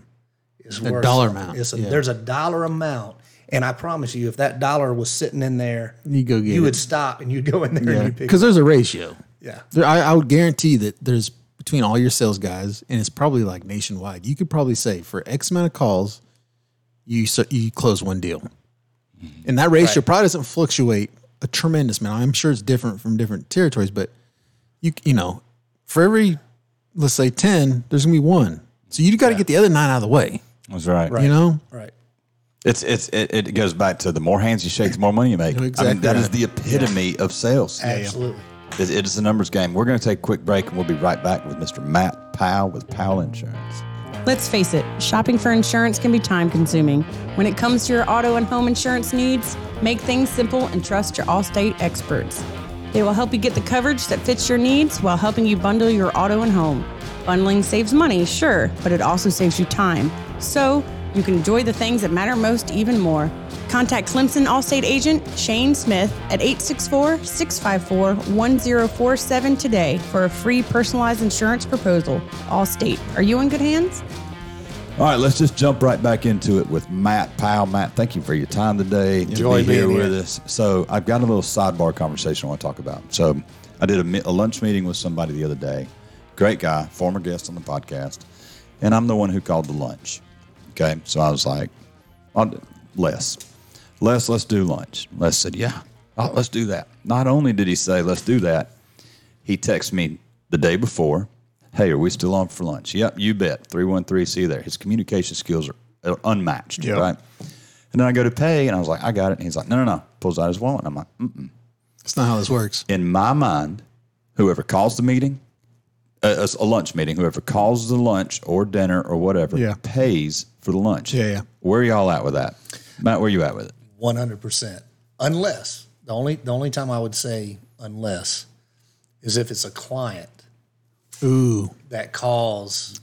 Speaker 4: It's
Speaker 3: The
Speaker 4: worth
Speaker 3: dollar
Speaker 4: something.
Speaker 3: amount,
Speaker 4: It's a,
Speaker 3: yeah.
Speaker 4: There's a dollar amount, and I promise you, if that dollar was sitting in there,
Speaker 3: You go get
Speaker 4: you would
Speaker 3: it.
Speaker 4: stop and you'd go in there and you pick.
Speaker 3: because there's a ratio.
Speaker 4: Yeah,
Speaker 3: There, I, I would guarantee that there's between all your sales guys, and it's probably like nationwide. You could probably say for X amount of calls, you so, you close one deal, and that ratio probably doesn't fluctuate a tremendous amount. I'm sure it's different from different territories, but you you know, for every let's say ten, there's gonna be one. So you got to get the other nine out of the way.
Speaker 1: That's right.
Speaker 3: You know,
Speaker 4: right.
Speaker 1: It's it's it, it goes back to the more hands you shake, the more money you make. I
Speaker 3: exactly
Speaker 1: mean, that is
Speaker 3: right.
Speaker 1: the epitome of sales.
Speaker 4: Absolutely.
Speaker 1: It- it is a numbers game. We're going to take a quick break, and we'll be right back with Mr. Matt Powell with Powell Insurance.
Speaker 2: Let's face it, shopping for insurance can be time consuming. When it comes to your auto and home insurance needs, make things simple and trust your Allstate experts. They will help you get the coverage that fits your needs while helping you bundle your auto and home. Bundling saves money, sure, but it also saves you time. So you can enjoy the things that matter most even more. Contact Clemson Allstate agent Shane Smith at 864 654 1047 today for a free personalized insurance proposal. Allstate, are you in good hands?
Speaker 1: All right, let's just jump right back into it with Matt Powell. Matt, thank you for your time today.
Speaker 4: Enjoy
Speaker 1: to be here
Speaker 4: being
Speaker 1: with
Speaker 4: here.
Speaker 1: us. So I've got a little sidebar conversation I want to talk about. So I did a, mi- a lunch meeting with somebody the other day. Great guy, former guest on the podcast, and I'm the one who called the lunch. Okay, so I was like, I'll do- Les, Les, let's do lunch. Les said, Yeah, oh, let's do that. Not only did he say let's do that, he texted me the day before, Hey, are we still on for lunch? Yep, you bet. 313, see you there. His communication skills are, are unmatched, right? And then I go to pay, and I was like, I got it. And he's like, No, no, no. Pulls out his wallet. And I'm like, mm.
Speaker 3: that's not how this works.
Speaker 1: In my mind, whoever calls the meeting, uh, it's a lunch meeting, whoever calls the lunch or dinner or whatever
Speaker 3: Yeah.
Speaker 1: pays for the lunch.
Speaker 3: Yeah, yeah.
Speaker 1: Where are y'all at with that? Matt, where you at with it?
Speaker 4: One hundred percent. Unless the only the only time I would say unless is if it's a client
Speaker 3: Ooh,
Speaker 4: that calls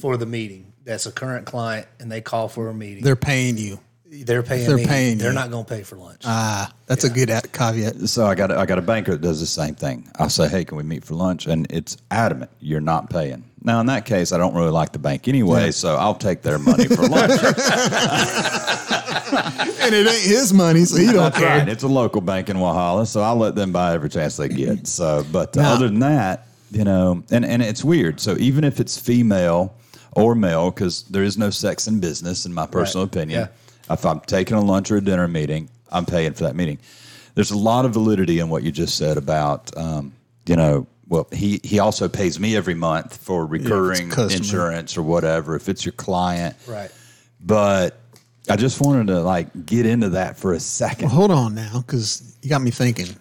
Speaker 4: for the meeting. That's a current client, and they call for a meeting.
Speaker 3: they're paying you.
Speaker 4: They're, paying.
Speaker 3: they're
Speaker 4: me.
Speaker 3: paying
Speaker 4: They're
Speaker 3: you.
Speaker 4: not going to pay for lunch.
Speaker 3: Ah, that's a good at- caveat.
Speaker 1: So I got a, I got a banker that does the same thing. I say, hey, can we meet for lunch? And it's adamant you're not paying. Now in that case, I don't really like the bank anyway, so I'll take their money for lunch.
Speaker 3: And it ain't his money, so he don't
Speaker 1: That's
Speaker 3: care.
Speaker 1: right. It's a local bank in Wahala, so I'll let them buy every chance they get. So, but
Speaker 3: Now-
Speaker 1: other than that, you know, and and it's weird. So even if it's female or male, because there is no sex in business, in my personal opinion, if I'm taking a lunch or a dinner meeting, I'm paying for that meeting. There's a lot of validity in what you just said about, um, you know. Well, he, he also pays me every month for recurring
Speaker 3: customer.
Speaker 1: insurance or whatever. If it's your client,
Speaker 4: right.
Speaker 1: but I just wanted to like get into that for a second.
Speaker 3: Hold on now, because you got me thinking.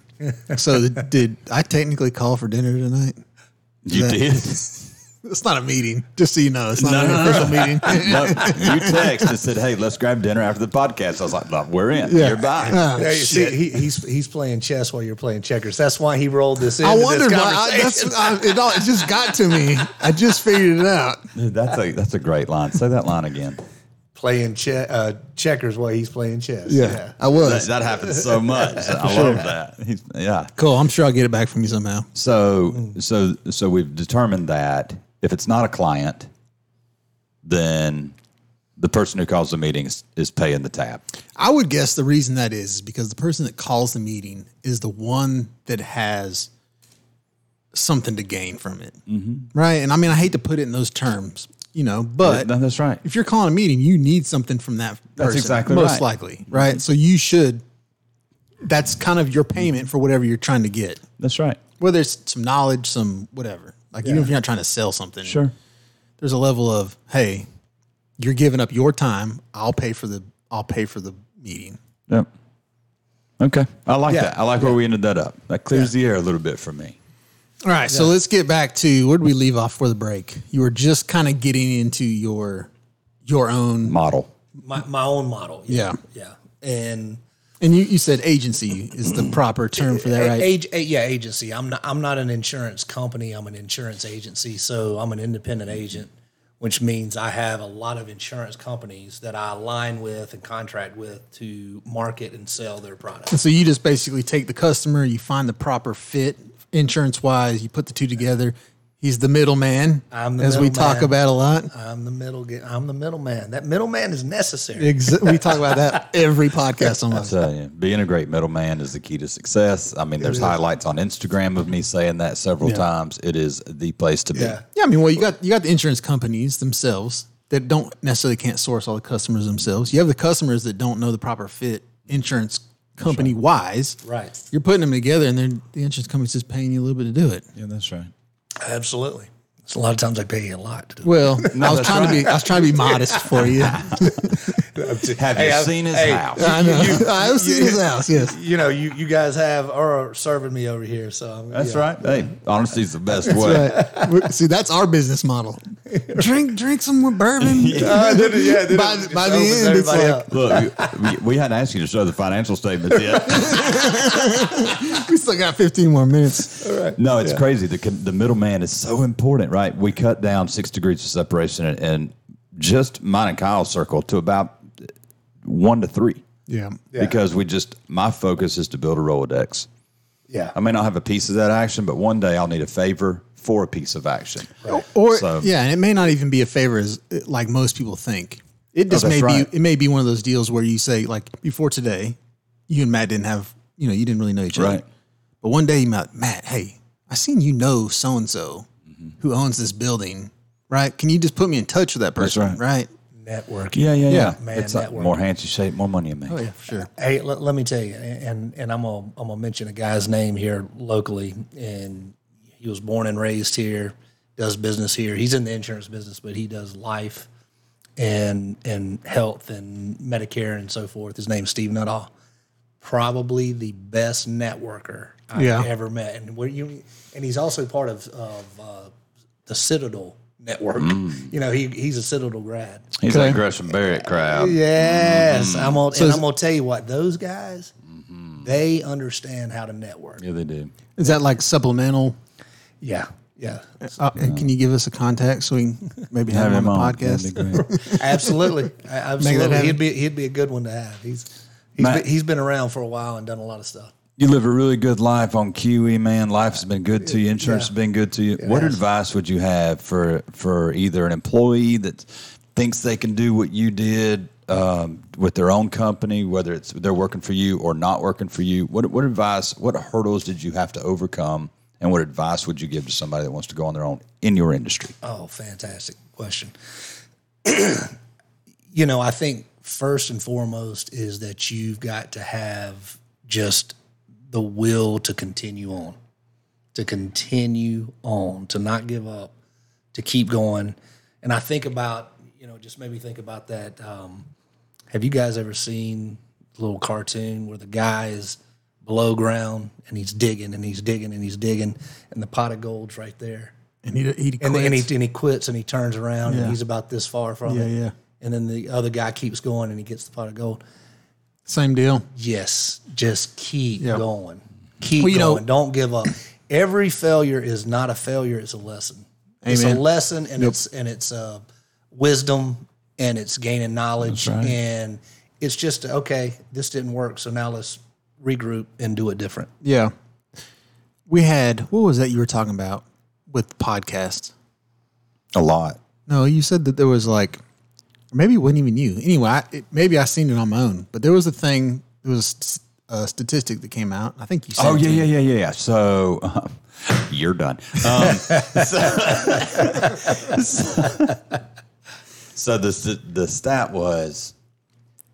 Speaker 3: So did I technically call for dinner tonight?
Speaker 1: You did.
Speaker 3: It's not a meeting, just so you know. It's not
Speaker 1: No,
Speaker 3: an
Speaker 1: no, no.
Speaker 3: official meeting.
Speaker 1: no, you text and said, "Hey, let's grab dinner after the podcast." I was like, no, "We're in. You're by."
Speaker 4: Yeah, you see, he, he's he's playing chess while you're playing checkers. That's why he rolled this in.
Speaker 3: I wondered
Speaker 4: this
Speaker 3: why. I,
Speaker 4: conversation.
Speaker 3: that's, I, it, all, it just got to me. I just figured it out.
Speaker 1: That's a that's a great line. Say that line again.
Speaker 4: playing che- uh, checkers while he's playing chess.
Speaker 3: I
Speaker 1: That,
Speaker 3: was.
Speaker 1: that happens so much. I love that. He's, yeah.
Speaker 3: Cool. I'm sure I'll get it back from you somehow.
Speaker 1: So so so we've determined that if it's not a client, then the person who calls the meeting is, is paying the tab.
Speaker 3: I would guess the reason that is, is because the person that calls the meeting is the one that has something to gain from it. Right. And I mean, I hate to put it in those terms, you know, but
Speaker 1: No, that's right.
Speaker 3: if you're calling a meeting, you need something from that person.
Speaker 1: exactly
Speaker 3: most
Speaker 1: right.
Speaker 3: likely, right? So you should. That's kind of your payment for whatever you're trying to get,
Speaker 1: That's right.
Speaker 3: whether it's some knowledge, some whatever. Like even if you're not trying to sell something,
Speaker 1: Sure.
Speaker 3: There's a level of hey, you're giving up your time. I'll pay for the I'll pay for the meeting.
Speaker 1: Yep. Okay. I like
Speaker 4: Yeah.
Speaker 1: that. I like where we ended that up. That clears the air a little bit for me.
Speaker 3: All right, so let's get back to where did we leave off for the break? You were just kind of getting into your your own,
Speaker 1: Model.
Speaker 4: My, my own model. Yeah. And
Speaker 3: and you, you said agency is the proper term for that,
Speaker 4: A-
Speaker 3: right?
Speaker 4: ag- a- yeah, agency. I'm not. I'm not an insurance company. I'm an insurance agency. So I'm an independent agent, which means I have a lot of insurance companies that I align with and contract with to market and sell their products.
Speaker 3: And so you just basically take the customer, you find the proper fit insurance wise, you put the two together. He's the middleman,
Speaker 4: I'm the
Speaker 3: as we talk
Speaker 4: middleman. Uh,
Speaker 3: about a lot.
Speaker 4: I'm the middle. ge- I'm the middleman. That middleman is necessary.
Speaker 3: Ex- we talk about that every podcast almost.
Speaker 1: So, yeah, being a great middleman is the key to success. I mean, there's highlights on Instagram of me saying that several times. It is the place to be.
Speaker 4: Yeah.
Speaker 3: Yeah, I mean, well, you got you got the insurance companies themselves that don't necessarily can't source all the customers themselves. You have the customers that don't know the proper fit insurance company wise.
Speaker 4: Right.
Speaker 3: You're putting them together, and then the insurance company's just paying you a little bit to do it.
Speaker 1: Yeah, that's right.
Speaker 4: Absolutely. So a lot of times I pay you a lot. To do
Speaker 3: Well, I was trying to be I was trying to be modest for you.
Speaker 1: Have you seen his house?
Speaker 3: I know. I was in his house. Yes.
Speaker 4: You know, you, you guys have are serving me over here. So I'm,
Speaker 1: That's
Speaker 4: yeah.
Speaker 1: right. Hey, honesty's the best way.
Speaker 3: Right. We're- See, that's our business model. Drink, drink some more bourbon.
Speaker 4: Uh, then it- yeah, then
Speaker 3: By-
Speaker 4: it- it
Speaker 3: by the
Speaker 4: opens
Speaker 3: end, it's
Speaker 4: everybody
Speaker 3: like-
Speaker 4: up.
Speaker 1: Look, we, we hadn't asked you to show the financial statements yet.
Speaker 3: We still got 15 more minutes.
Speaker 1: No, it's crazy. The, com- the middleman is so important, right? We cut down six degrees of separation and, and just mine and Kyle's circle to about one to three
Speaker 3: Yeah.
Speaker 1: because we just, my focus is to build a Rolodex.
Speaker 4: yeah.
Speaker 1: I may not have a piece of that action, but one day I'll need a favor for a piece of action.
Speaker 3: Or
Speaker 1: So-
Speaker 3: yeah, and it may not even be a favor as like most people think. It just
Speaker 1: Oh,
Speaker 3: may
Speaker 1: that's
Speaker 3: be
Speaker 1: right.
Speaker 3: it may be one of those deals where you say like before today, you and Matt didn't have you know you didn't really know each
Speaker 1: Right.
Speaker 3: other, but one day you met Matt. Hey, I seen you know so and so who owns this building, right? Can you just put me in touch with that
Speaker 1: right.
Speaker 3: person, right?
Speaker 4: Networking.
Speaker 1: Yeah, yeah, yeah.
Speaker 4: Man,
Speaker 1: it's like
Speaker 4: network.
Speaker 1: more hands you shake, more money you make.
Speaker 3: Oh yeah, for sure.
Speaker 4: Hey, let, let me tell you, and and I'm gonna I'm gonna mention a guy's name here locally, and he was born and raised here, does business here. He's in the insurance business, but he does life, and and health and Medicare and so forth. His name's Steve Nuttall, probably the best networker I've
Speaker 3: Yeah.
Speaker 4: ever met, and where you and he's also part of of uh, the Citadel network.
Speaker 3: Mm.
Speaker 4: You know, he he's a Citadel grad.
Speaker 1: He's
Speaker 3: Okay.
Speaker 1: like Gresham Barrett crowd.
Speaker 4: Yes, I'm on, and
Speaker 3: is-
Speaker 4: I'm gonna tell you what those guys, they understand how to network.
Speaker 1: Yeah, they do.
Speaker 3: Is that like supplemental?
Speaker 4: Yeah, yeah,
Speaker 3: Uh, Can you give us a contact so we can maybe have, him on the podcast?
Speaker 1: That'd be great.
Speaker 4: absolutely, A- absolutely.
Speaker 3: happen.
Speaker 4: He'd be he'd be a good one to have. He's he's
Speaker 1: Matt.
Speaker 4: been, he's been around for a while and done a lot of stuff.
Speaker 1: You live a really good life on QE, man. Life's been good to you. Insurance has been good to you. What advice would you have for for either an employee that thinks they can do what you did um, with their own company, whether it's they're working for you or not working for you? What what advice? What hurdles did you have to overcome? And what advice would you give to somebody that wants to go on their own in your industry?
Speaker 4: Oh, fantastic question. you know, I think first and foremost is that you've got to have just the will to continue on, to continue on, to not give up, to keep going. And I think about, you know, just made me think about that. Um, have you guys ever seen the little cartoon where the guy is below ground and he's digging and he's digging and he's digging and the pot of gold's right there?
Speaker 3: And he he
Speaker 4: and, then- and
Speaker 3: quits.
Speaker 4: he and he quits and he turns around
Speaker 3: Yeah.
Speaker 4: and he's about this far from
Speaker 3: Yeah,
Speaker 4: it.
Speaker 3: yeah.
Speaker 4: And then the other guy keeps going and he gets the pot of gold.
Speaker 3: Same deal.
Speaker 4: Yes, just keep
Speaker 3: Yeah.
Speaker 4: going, keep
Speaker 3: Well, you know-
Speaker 4: going. Don't give up. Every failure is not a failure; it's a lesson. It's a
Speaker 3: Amen.
Speaker 4: lesson, and it's and it's uh, wisdom and it's gaining knowledge
Speaker 1: right.
Speaker 4: and it's just okay. This didn't work, so now let's regroup and do it different.
Speaker 3: Yeah. We had what was that you were talking about with podcasts?
Speaker 1: A lot.
Speaker 3: No, you said that there was like maybe it wasn't even you. Anyway, I, it, maybe I seen it on my own, but there was a thing. There was a, st- a statistic that came out. I think you. Said
Speaker 1: Oh
Speaker 3: it to
Speaker 1: yeah,
Speaker 3: me.
Speaker 1: yeah, yeah, yeah, yeah. So uh, you're done. Um, so, so- so the st- the stat was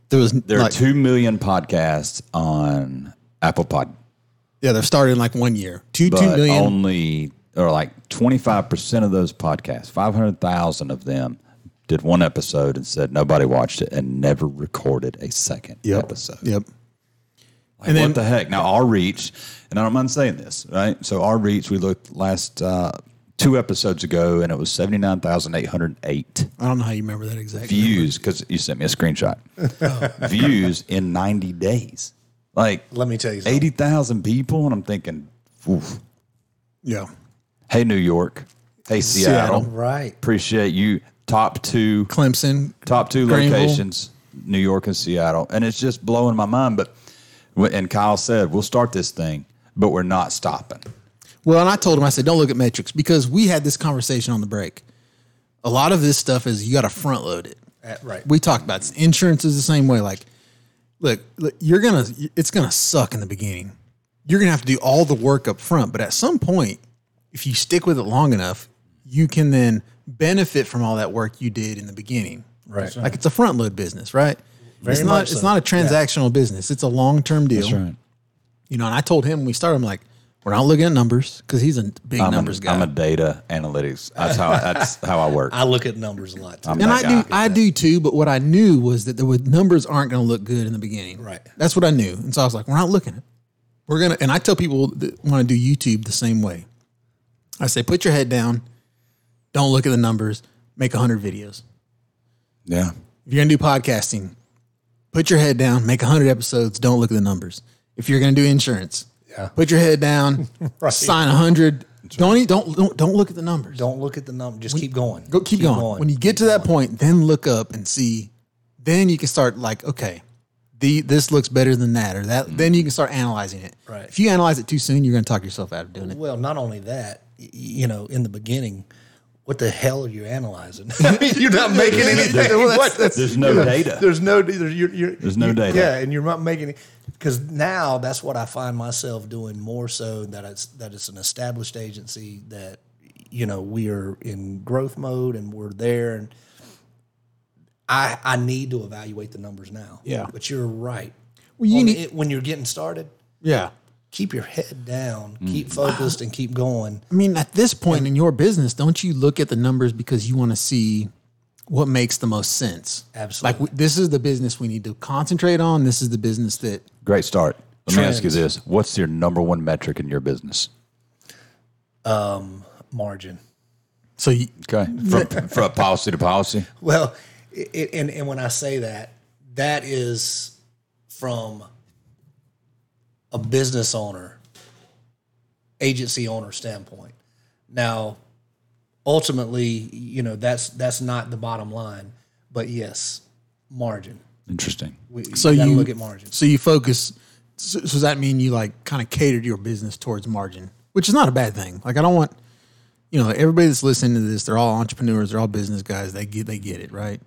Speaker 3: There was
Speaker 1: there
Speaker 3: like,
Speaker 1: are two million podcasts on Apple Pod,
Speaker 3: Yeah, they're started in like one year. Two two
Speaker 1: but
Speaker 3: million.
Speaker 1: only or like twenty five percent of those podcasts, five hundred thousand of them, did one episode and said nobody watched it and never recorded a second episode.
Speaker 3: Yep.
Speaker 1: and
Speaker 3: And
Speaker 1: what the
Speaker 3: then-
Speaker 1: heck? Now our reach, and I don't mind saying this, right? So our reach, we looked last uh, two episodes ago, and it was seventy nine thousand eight hundred eight
Speaker 3: I don't know how you remember that exactly.
Speaker 1: views because you sent me a screenshot. views in ninety days, like
Speaker 4: Let me tell you something.
Speaker 1: eighty thousand people, and I'm thinking, oof.
Speaker 3: Yeah.
Speaker 1: hey New York, hey Seattle,
Speaker 3: Seattle.
Speaker 4: Right.
Speaker 1: appreciate you. Top two
Speaker 3: Clemson.
Speaker 1: top two
Speaker 3: Greenville.
Speaker 1: locations, New York and Seattle, and it's just blowing my mind. But and Kyle said we'll start this thing, but we're not stopping.
Speaker 3: Well, and I told him I said don't look at metrics because we had this conversation on the break. A lot of this stuff is you got to front load it.
Speaker 4: Uh, right.
Speaker 3: we talked about this. insurance is the same way. Like, look, look, you're gonna it's gonna suck in the beginning. You're gonna have to do all the work up front, but at some point, if you stick with it long enough, you can then benefit from all that work you did in the beginning.
Speaker 4: Right.
Speaker 3: Like it's a front load business, right? it's not
Speaker 4: much
Speaker 3: it's
Speaker 4: so.
Speaker 3: not a transactional business. It's a long term deal. You know, and I told him when we started, I'm like, we're not looking at numbers because he's a big
Speaker 1: I'm,
Speaker 3: numbers
Speaker 1: a,
Speaker 3: guy.
Speaker 1: I'm a data analytics. That's how that's how I work.
Speaker 4: I look at numbers a lot. Too.
Speaker 1: I'm
Speaker 3: And
Speaker 1: that
Speaker 3: I do,
Speaker 1: guy.
Speaker 3: I do too. But what I knew was that the wa- numbers aren't going to look good in the beginning.
Speaker 4: Right.
Speaker 3: That's what I knew, and so I was like, "We're not looking at. We're gonna." And I tell people that want to do YouTube the same way. I say, put your head down, don't look at the numbers, make hundred videos.
Speaker 1: Yeah,
Speaker 3: If you're gonna do podcasting, put your head down, make hundred episodes, don't look at the numbers. If you're gonna do insurance,
Speaker 4: Yeah.
Speaker 3: put your head down,
Speaker 4: Right.
Speaker 3: sign hundred. Don't, e- don't don't don't look at the numbers.
Speaker 4: Don't look at the number. Just keep going.
Speaker 3: Go keep, going. When you get to that point, then look up and see. Then you can start like, okay, the this looks better than that, or that. Then you can start analyzing it.
Speaker 4: Right.
Speaker 3: If you analyze it too soon, you're going to talk yourself out of doing it.
Speaker 4: Well, not only that, y- you know, in the beginning, what the hell are you analyzing? I mean, you're not making anything.
Speaker 3: Well, that's-
Speaker 4: What?
Speaker 3: that's-
Speaker 1: there's no data.
Speaker 4: there's no, there's, you're, you're,
Speaker 1: There's no
Speaker 4: you-
Speaker 1: data.
Speaker 4: Yeah, and you're not making it because now that's what I find myself doing more so that it's that it's an established agency that you know we are in growth mode and we're there and I I need to evaluate the numbers now.
Speaker 3: Yeah.
Speaker 4: but you're right.
Speaker 3: Well, you
Speaker 4: On
Speaker 3: need-
Speaker 4: it- when you're getting started,
Speaker 3: Yeah.
Speaker 4: keep your head down, keep focused, and keep going.
Speaker 3: I mean, at this point in your business, don't you look at the numbers because you want to see what makes the most sense?
Speaker 4: Absolutely.
Speaker 3: Like, we, this is the business we need to concentrate on. This is the business that
Speaker 1: Great start. Let me ask you this: What's your number one metric in your business?
Speaker 4: Margin.
Speaker 3: so you,
Speaker 1: Okay, from from policy to policy.
Speaker 4: Well, it, it, and and when I say that, that is from a business owner, agency owner standpoint. Now, ultimately, you know that's that's not the bottom line, but yes, margin.
Speaker 1: Interesting.
Speaker 4: We,
Speaker 3: so
Speaker 4: gotta
Speaker 3: you
Speaker 4: look at margin.
Speaker 3: So you focus. So, so does that mean you like kind of catered your business towards margin, which is not a bad thing. Like I don't want, you know, everybody that's listening to this, they're all entrepreneurs, they're all business guys. They get they get it right.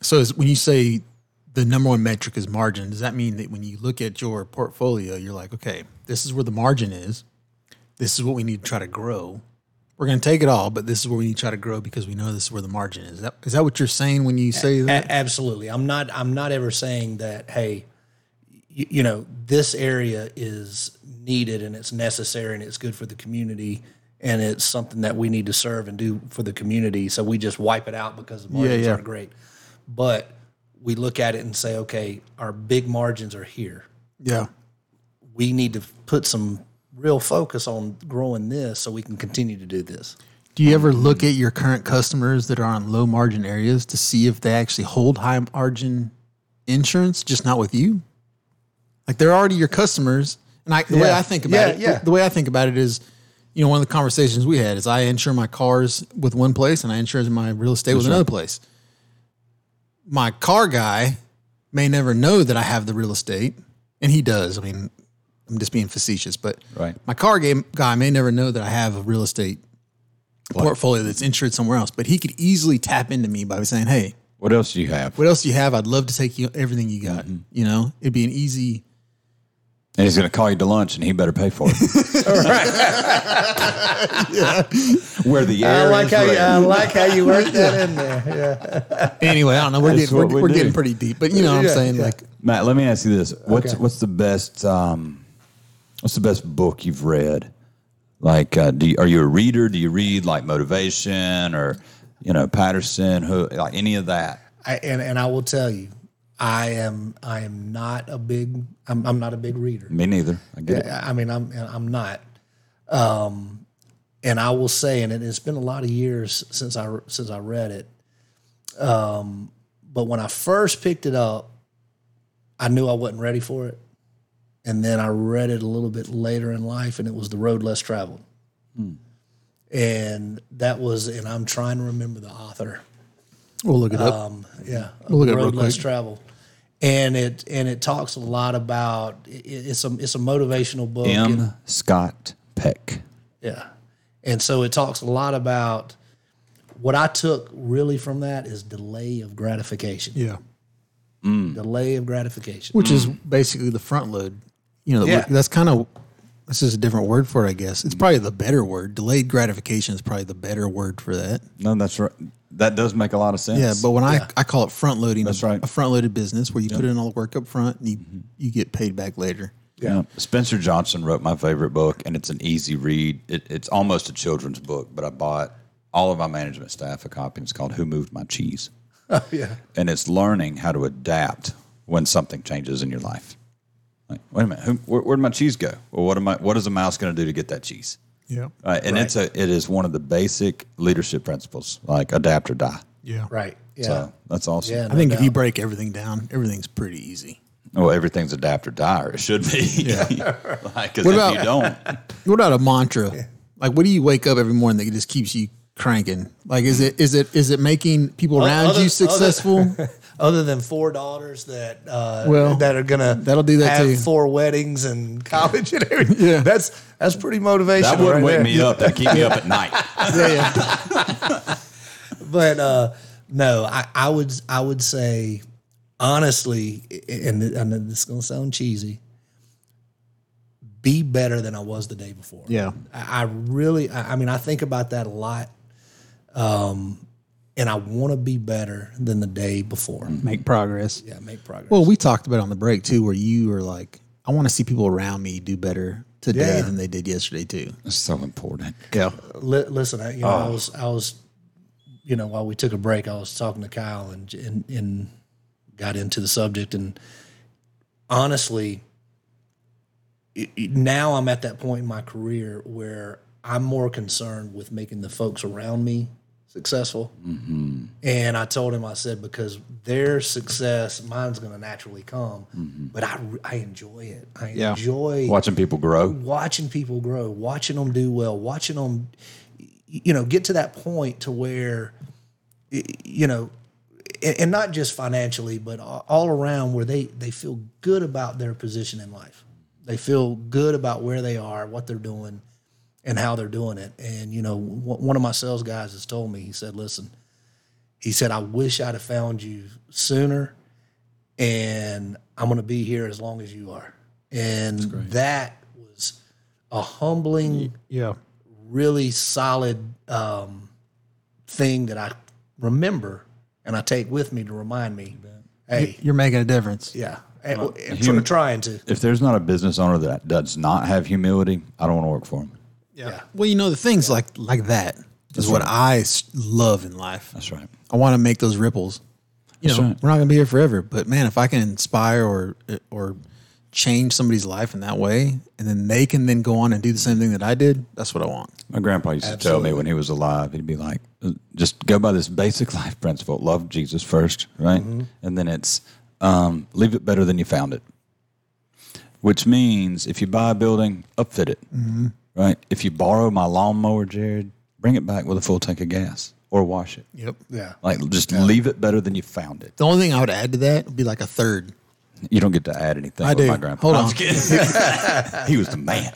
Speaker 3: So is, when you say the number one metric is margin, does that mean that when you look at your portfolio, you're like, okay, this is where the margin is. This is what we need to try to grow. We're going to take it all, but this is where we need to try to grow because we know this is where the margin is. Is that, is that what you're saying when you say that?
Speaker 4: A- absolutely. I'm not. I'm not ever saying that. Hey, you, you know, this area is needed and it's necessary and it's good for the community and it's something that we need to serve and do for the community. So we just wipe it out because the margins
Speaker 3: yeah.
Speaker 4: aren't great. But we look at it and say, okay, our big margins are here
Speaker 3: Yeah.
Speaker 4: we need to put some real focus on growing this so we can continue to do this.
Speaker 3: Do you ever look at your current customers that are on low margin areas to see if they actually hold high margin insurance, just not with you? Like they're already your customers. And I, the way
Speaker 4: Yeah.
Speaker 3: I think about
Speaker 4: Yeah,
Speaker 3: it,
Speaker 4: yeah.
Speaker 3: the way I think about it is, you know, one of the conversations we had is I insure my cars with one place and I insure my real estate with another place. my car guy may never know that I have the real estate, and he does. I mean, I'm just being facetious, but
Speaker 1: Right.
Speaker 3: my car game guy may never know that I have a real estate portfolio that's insured somewhere else, but he could easily tap into me by saying, "Hey,
Speaker 1: What else do you have?
Speaker 3: what else do you have? I'd love to take you everything you got."
Speaker 1: Mm-hmm.
Speaker 3: You know, it'd be an easy.
Speaker 1: And he's going to call you to lunch, and he better pay for it. All right. Where the air
Speaker 4: I like
Speaker 1: is
Speaker 4: how you,
Speaker 1: red.
Speaker 4: I like how you worked that in there. Yeah.
Speaker 3: Anyway, I don't know. We're
Speaker 1: That's
Speaker 3: getting we're,
Speaker 1: what we
Speaker 3: we're
Speaker 1: do.
Speaker 3: getting pretty deep, but you know what I'm
Speaker 4: Yeah,
Speaker 3: saying?
Speaker 4: yeah.
Speaker 3: Like,
Speaker 1: Matt, let me ask you this: what's
Speaker 4: Okay.
Speaker 1: what's the best um, what's the best book you've read? Like, uh, do you, are you a reader? Do you read like motivation or you know Patterson? Who like any of that?
Speaker 4: I, and and I will tell you, I am I am not a big I'm I'm not a big reader.
Speaker 1: Me neither. I get it.
Speaker 4: I mean I'm I'm not. Um, and I will say, and it, it's been a lot of years since I since I read it. Um, but when I first picked it up, I knew I wasn't ready for it. And then I read it a little bit later in life, and it was The Road Less Traveled. And that was, and I'm trying to remember the author.
Speaker 3: we'll look it up.
Speaker 4: Yeah,
Speaker 3: We'll look it up
Speaker 4: road
Speaker 3: real
Speaker 4: less
Speaker 3: quick.
Speaker 4: travel, and it and it talks a lot about i- i it's a it's a motivational book. and-
Speaker 1: M. Scott Peck.
Speaker 4: yeah, and so it talks a lot about what I took really from that is delay of gratification.
Speaker 3: yeah,
Speaker 4: Delay of gratification.
Speaker 3: Hmm. which is basically the front load. You know,
Speaker 4: Yeah.
Speaker 3: that's kind of that's just a different word for it, I guess. It's probably the better word. Delayed gratification is probably the better word for that.
Speaker 1: No, that's right. That does make a lot of sense.
Speaker 3: Yeah, but when I, I call it front loading,
Speaker 1: That's
Speaker 3: a,
Speaker 1: right.
Speaker 3: a front loaded business where you put in all the work up front and you, you get paid back later.
Speaker 1: Yeah. Spencer Johnson wrote my favorite book, and it's an easy read. It, it's almost a children's book, but I bought all of my management staff a copy. It's called "Who Moved My Cheese,"
Speaker 4: Oh, yeah,
Speaker 1: and it's learning how to adapt when something changes in your life. Like, wait a minute, who, where, where did my cheese go? Well, what am I? What is a mouse going to do to get that cheese?
Speaker 3: Yeah.
Speaker 1: Right, and it's a it is one of the basic leadership principles, like adapt or die.
Speaker 3: Yeah.
Speaker 4: right. Yeah,
Speaker 1: So that's awesome.
Speaker 4: yeah.
Speaker 3: I think if you break everything down, everything's pretty easy.
Speaker 1: Well, everything's adapt or die, or it should be. like, 'cause if
Speaker 3: about-
Speaker 1: you don't,
Speaker 3: What about a mantra? Like, what do you wake up every morning that just keeps you cranking? Like, is it is it is it making people around
Speaker 4: other-
Speaker 3: you
Speaker 4: other-
Speaker 3: successful?
Speaker 4: other than four daughters that uh,
Speaker 3: Well,
Speaker 4: that are gonna
Speaker 3: that'll do that
Speaker 4: have
Speaker 3: too.
Speaker 4: four weddings and college and everything.
Speaker 3: Yeah.
Speaker 4: that's that's pretty motivational.
Speaker 1: that wouldn't
Speaker 4: right
Speaker 1: wake
Speaker 4: there.
Speaker 1: me up. That'd keep me up at night.
Speaker 3: yeah, yeah.
Speaker 4: but uh, no, I, I would I would say honestly, and I know this is gonna sound cheesy. Be better than I was the day before.
Speaker 3: Yeah.
Speaker 4: I, I really, I, I mean, I think about that a lot, um, and I want to be better than the day before.
Speaker 3: Make progress.
Speaker 4: Yeah, make progress.
Speaker 3: Mm. Well, we talked about it on the break too, where you were like, I want to see people around me do better today
Speaker 4: Yeah.
Speaker 3: than they did yesterday too.
Speaker 1: It's so important.
Speaker 3: Yeah.
Speaker 4: Li- listen, I, you know, I was, I was, you know, while we took a break, I was talking to Kyle and and, and got into the subject, and honestly, it- it- now I'm at that point in my career where I'm more concerned with making the folks around me successful. And I told him, I said, because their success, mine's going to naturally come, but I, re- I enjoy it. I
Speaker 3: Yeah.
Speaker 4: enjoy
Speaker 1: Watching people grow.
Speaker 4: watching people grow, watching them do well, watching them, you know, get to that point to where, y- you know, and and not just financially, but a- all around where they they feel good about their position in life. They feel good about where they are, what they're doing, and how they're doing it. And you know, w- one of my sales guys has told me. He said, "Listen," he said, "I wish I'd have found you sooner." and I'm going to be here as long as you are. And that was a humbling,
Speaker 3: Yeah.
Speaker 4: really solid um, thing that I remember and I take with me to remind me, hey,
Speaker 3: You're making a difference.
Speaker 4: yeah, eh, hey, and tr- trying to.
Speaker 1: If there's not a business owner that does not have humility, I don't want to work for them.
Speaker 4: Yeah.
Speaker 3: Well, you know, the things like like that is what I s- love in life.
Speaker 1: That's right.
Speaker 3: I want to make those ripples. You
Speaker 1: That's
Speaker 3: know,
Speaker 1: right.
Speaker 3: we're not going to be here forever, but man, if I can inspire or or change somebody's life in that way, and then they can then go on and do the same thing that I did, that's what I want.
Speaker 1: My grandpa used to tell me when he was alive, he'd be like, just go by this basic life principle love Jesus first, right? And then it's um, leave it better than you found it, which means if you buy a building, Mm-hmm. upfit it, right? If you borrow my lawnmower, Jared, bring it back with a full tank of gas. or wash it.
Speaker 3: Yep.
Speaker 4: Yeah.
Speaker 1: Like just leave it better than you found it.
Speaker 3: The only thing I would add to that would be like a third.
Speaker 1: You don't get to add anything.
Speaker 3: I
Speaker 1: with
Speaker 3: do.
Speaker 1: My grandpa.
Speaker 3: Hold
Speaker 1: I'm
Speaker 3: on.
Speaker 1: just kidding. he was the man.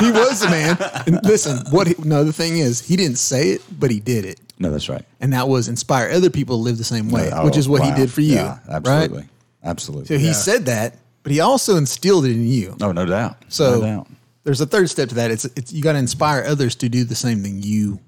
Speaker 3: he was the man. And listen, what? He, no, the thing is, he didn't say it, but he did it,
Speaker 1: No, that's right.
Speaker 3: and that was inspire other people to live the same way,
Speaker 1: Oh,
Speaker 3: which is what he
Speaker 1: wow.
Speaker 3: did for you.
Speaker 1: Yeah, absolutely.
Speaker 3: Right?
Speaker 1: Absolutely. Oh,
Speaker 3: So he said that, but he also instilled it in you.
Speaker 1: no, no doubt. no
Speaker 3: So
Speaker 1: doubt.
Speaker 3: there's a third step to that. It's it's you got to inspire others to do the same thing you,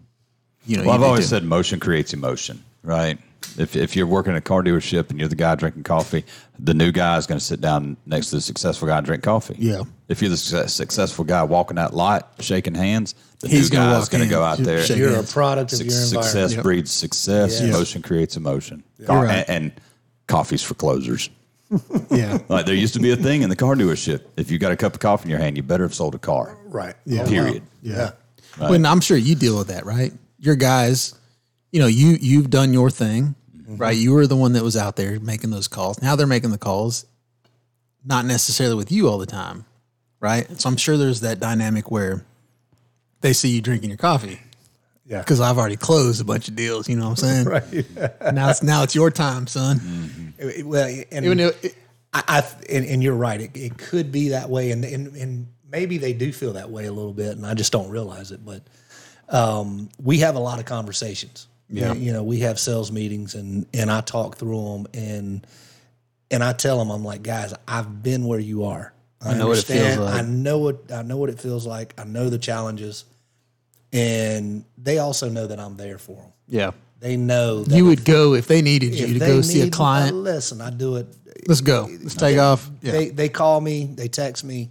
Speaker 3: you know.
Speaker 1: Well,
Speaker 3: you
Speaker 1: I've
Speaker 3: did
Speaker 1: always
Speaker 3: too.
Speaker 1: said motion creates emotion, right? If, if you're working at a car dealership and you're the guy drinking coffee, the new guy is going to sit down next to the successful guy and drink coffee.
Speaker 3: Yeah.
Speaker 1: If you're the success, successful guy walking that lot, shaking hands, the
Speaker 3: He's
Speaker 1: new
Speaker 3: gonna
Speaker 1: guy
Speaker 3: walk
Speaker 1: is going
Speaker 3: in,
Speaker 1: to go out there.
Speaker 3: shake
Speaker 4: You're a
Speaker 3: hands.
Speaker 4: product of
Speaker 1: Suc-
Speaker 4: your environment.
Speaker 1: success breeds success.
Speaker 4: Yes.
Speaker 1: Motion creates emotion.
Speaker 3: You're
Speaker 1: Car-
Speaker 3: right.
Speaker 1: and, and coffee's for closers.
Speaker 3: yeah.
Speaker 1: Like there used to be a thing in the car dealership. If you got a cup of coffee in your hand, you better have sold a car.
Speaker 4: Right.
Speaker 3: Yeah.
Speaker 1: Period.
Speaker 4: Yeah.
Speaker 3: When I'm sure you deal with that, right? Your guys, you know, you you've done your thing, right? You were the one that was out there making those calls. Now they're making the calls, not necessarily with you all the time, right? So I'm sure there's that dynamic where they see you drinking your coffee.
Speaker 4: Yeah.
Speaker 3: Because I've already closed a bunch of deals, you know what I'm saying? right. now it's now it's your time, son.
Speaker 4: It- it- well, and
Speaker 3: Even though it-
Speaker 4: I, I th- and, and you're right. It, it could be that way, and, and and maybe they do feel that way a little bit, and I just don't realize it. But um, we have a lot of conversations. Yeah, you know, we have sales meetings, and and I talk through them, and and I tell them, I'm like, guys, I've been where you are. I,
Speaker 3: know what it feels
Speaker 4: understand.
Speaker 3: like.
Speaker 4: I know what I know what it feels like. I know the challenges, and they also know that I'm there for them.
Speaker 3: Yeah.
Speaker 4: They know that
Speaker 3: You would go if they needed
Speaker 4: if
Speaker 3: you to
Speaker 4: they
Speaker 3: go see a
Speaker 4: need-
Speaker 3: client.
Speaker 4: Listen, I do it
Speaker 3: Let's go. Let's take off. Yeah.
Speaker 4: they they call me, they text me,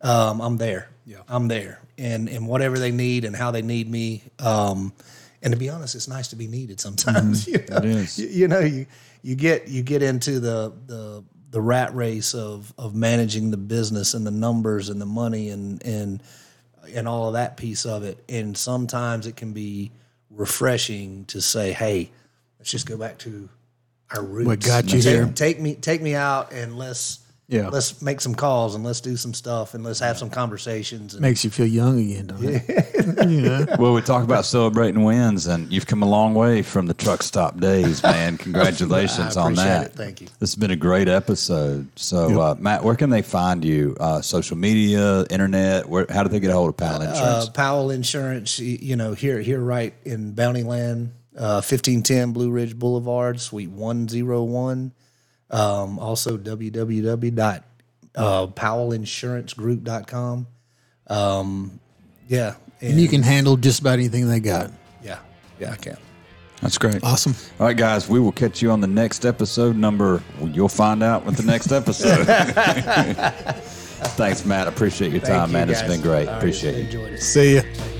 Speaker 4: um, I'm there. Yeah. I'm there, and and whatever they need and how they need me. Um, and to be honest, it's nice to be needed
Speaker 3: Mm-hmm.
Speaker 4: sometimes. You know?
Speaker 1: is.
Speaker 4: You, you know, you you get you get into the the the rat race of of managing the business and the numbers and the money and and and all of that piece of it. And sometimes it can be refreshing to say, "Hey, let's just go back to our roots."
Speaker 3: got you
Speaker 4: Take-
Speaker 3: here.
Speaker 4: Take me, take me out, and let's
Speaker 3: Yeah.
Speaker 4: let's make some calls and let's do some stuff and let's have some conversations. And,
Speaker 3: Makes you feel young again, don't it?
Speaker 1: Well, we talk about celebrating wins, and you've come a long way from the truck stop days, man. Congratulations
Speaker 4: I
Speaker 1: on
Speaker 4: appreciate
Speaker 1: that.
Speaker 4: it. Thank you.
Speaker 1: This has been a great episode. So, uh, Matt, where can they find you? Uh, social media, internet. Where, how do they get a hold of Pal Insurance?
Speaker 4: uh, Powell Insurance, y- you know, here here right in Bounty Land, uh, fifteen ten Blue Ridge Boulevard, Suite one zero one. Um, also uh, www.powellinsurancegroup.com. Um, yeah,
Speaker 3: And
Speaker 4: and,
Speaker 3: you can handle just about anything they got.
Speaker 4: yeah, yeah, I can.
Speaker 1: That's great.
Speaker 3: Awesome.
Speaker 1: All right, guys, we will catch you on the next episode. Number you'll find out with the next episode. Thanks, Matt. Appreciate your time,
Speaker 4: Thank you,
Speaker 1: man. It's
Speaker 4: guys.
Speaker 1: been great.
Speaker 4: I
Speaker 1: Appreciate you.
Speaker 4: Enjoyed it.
Speaker 3: See ya.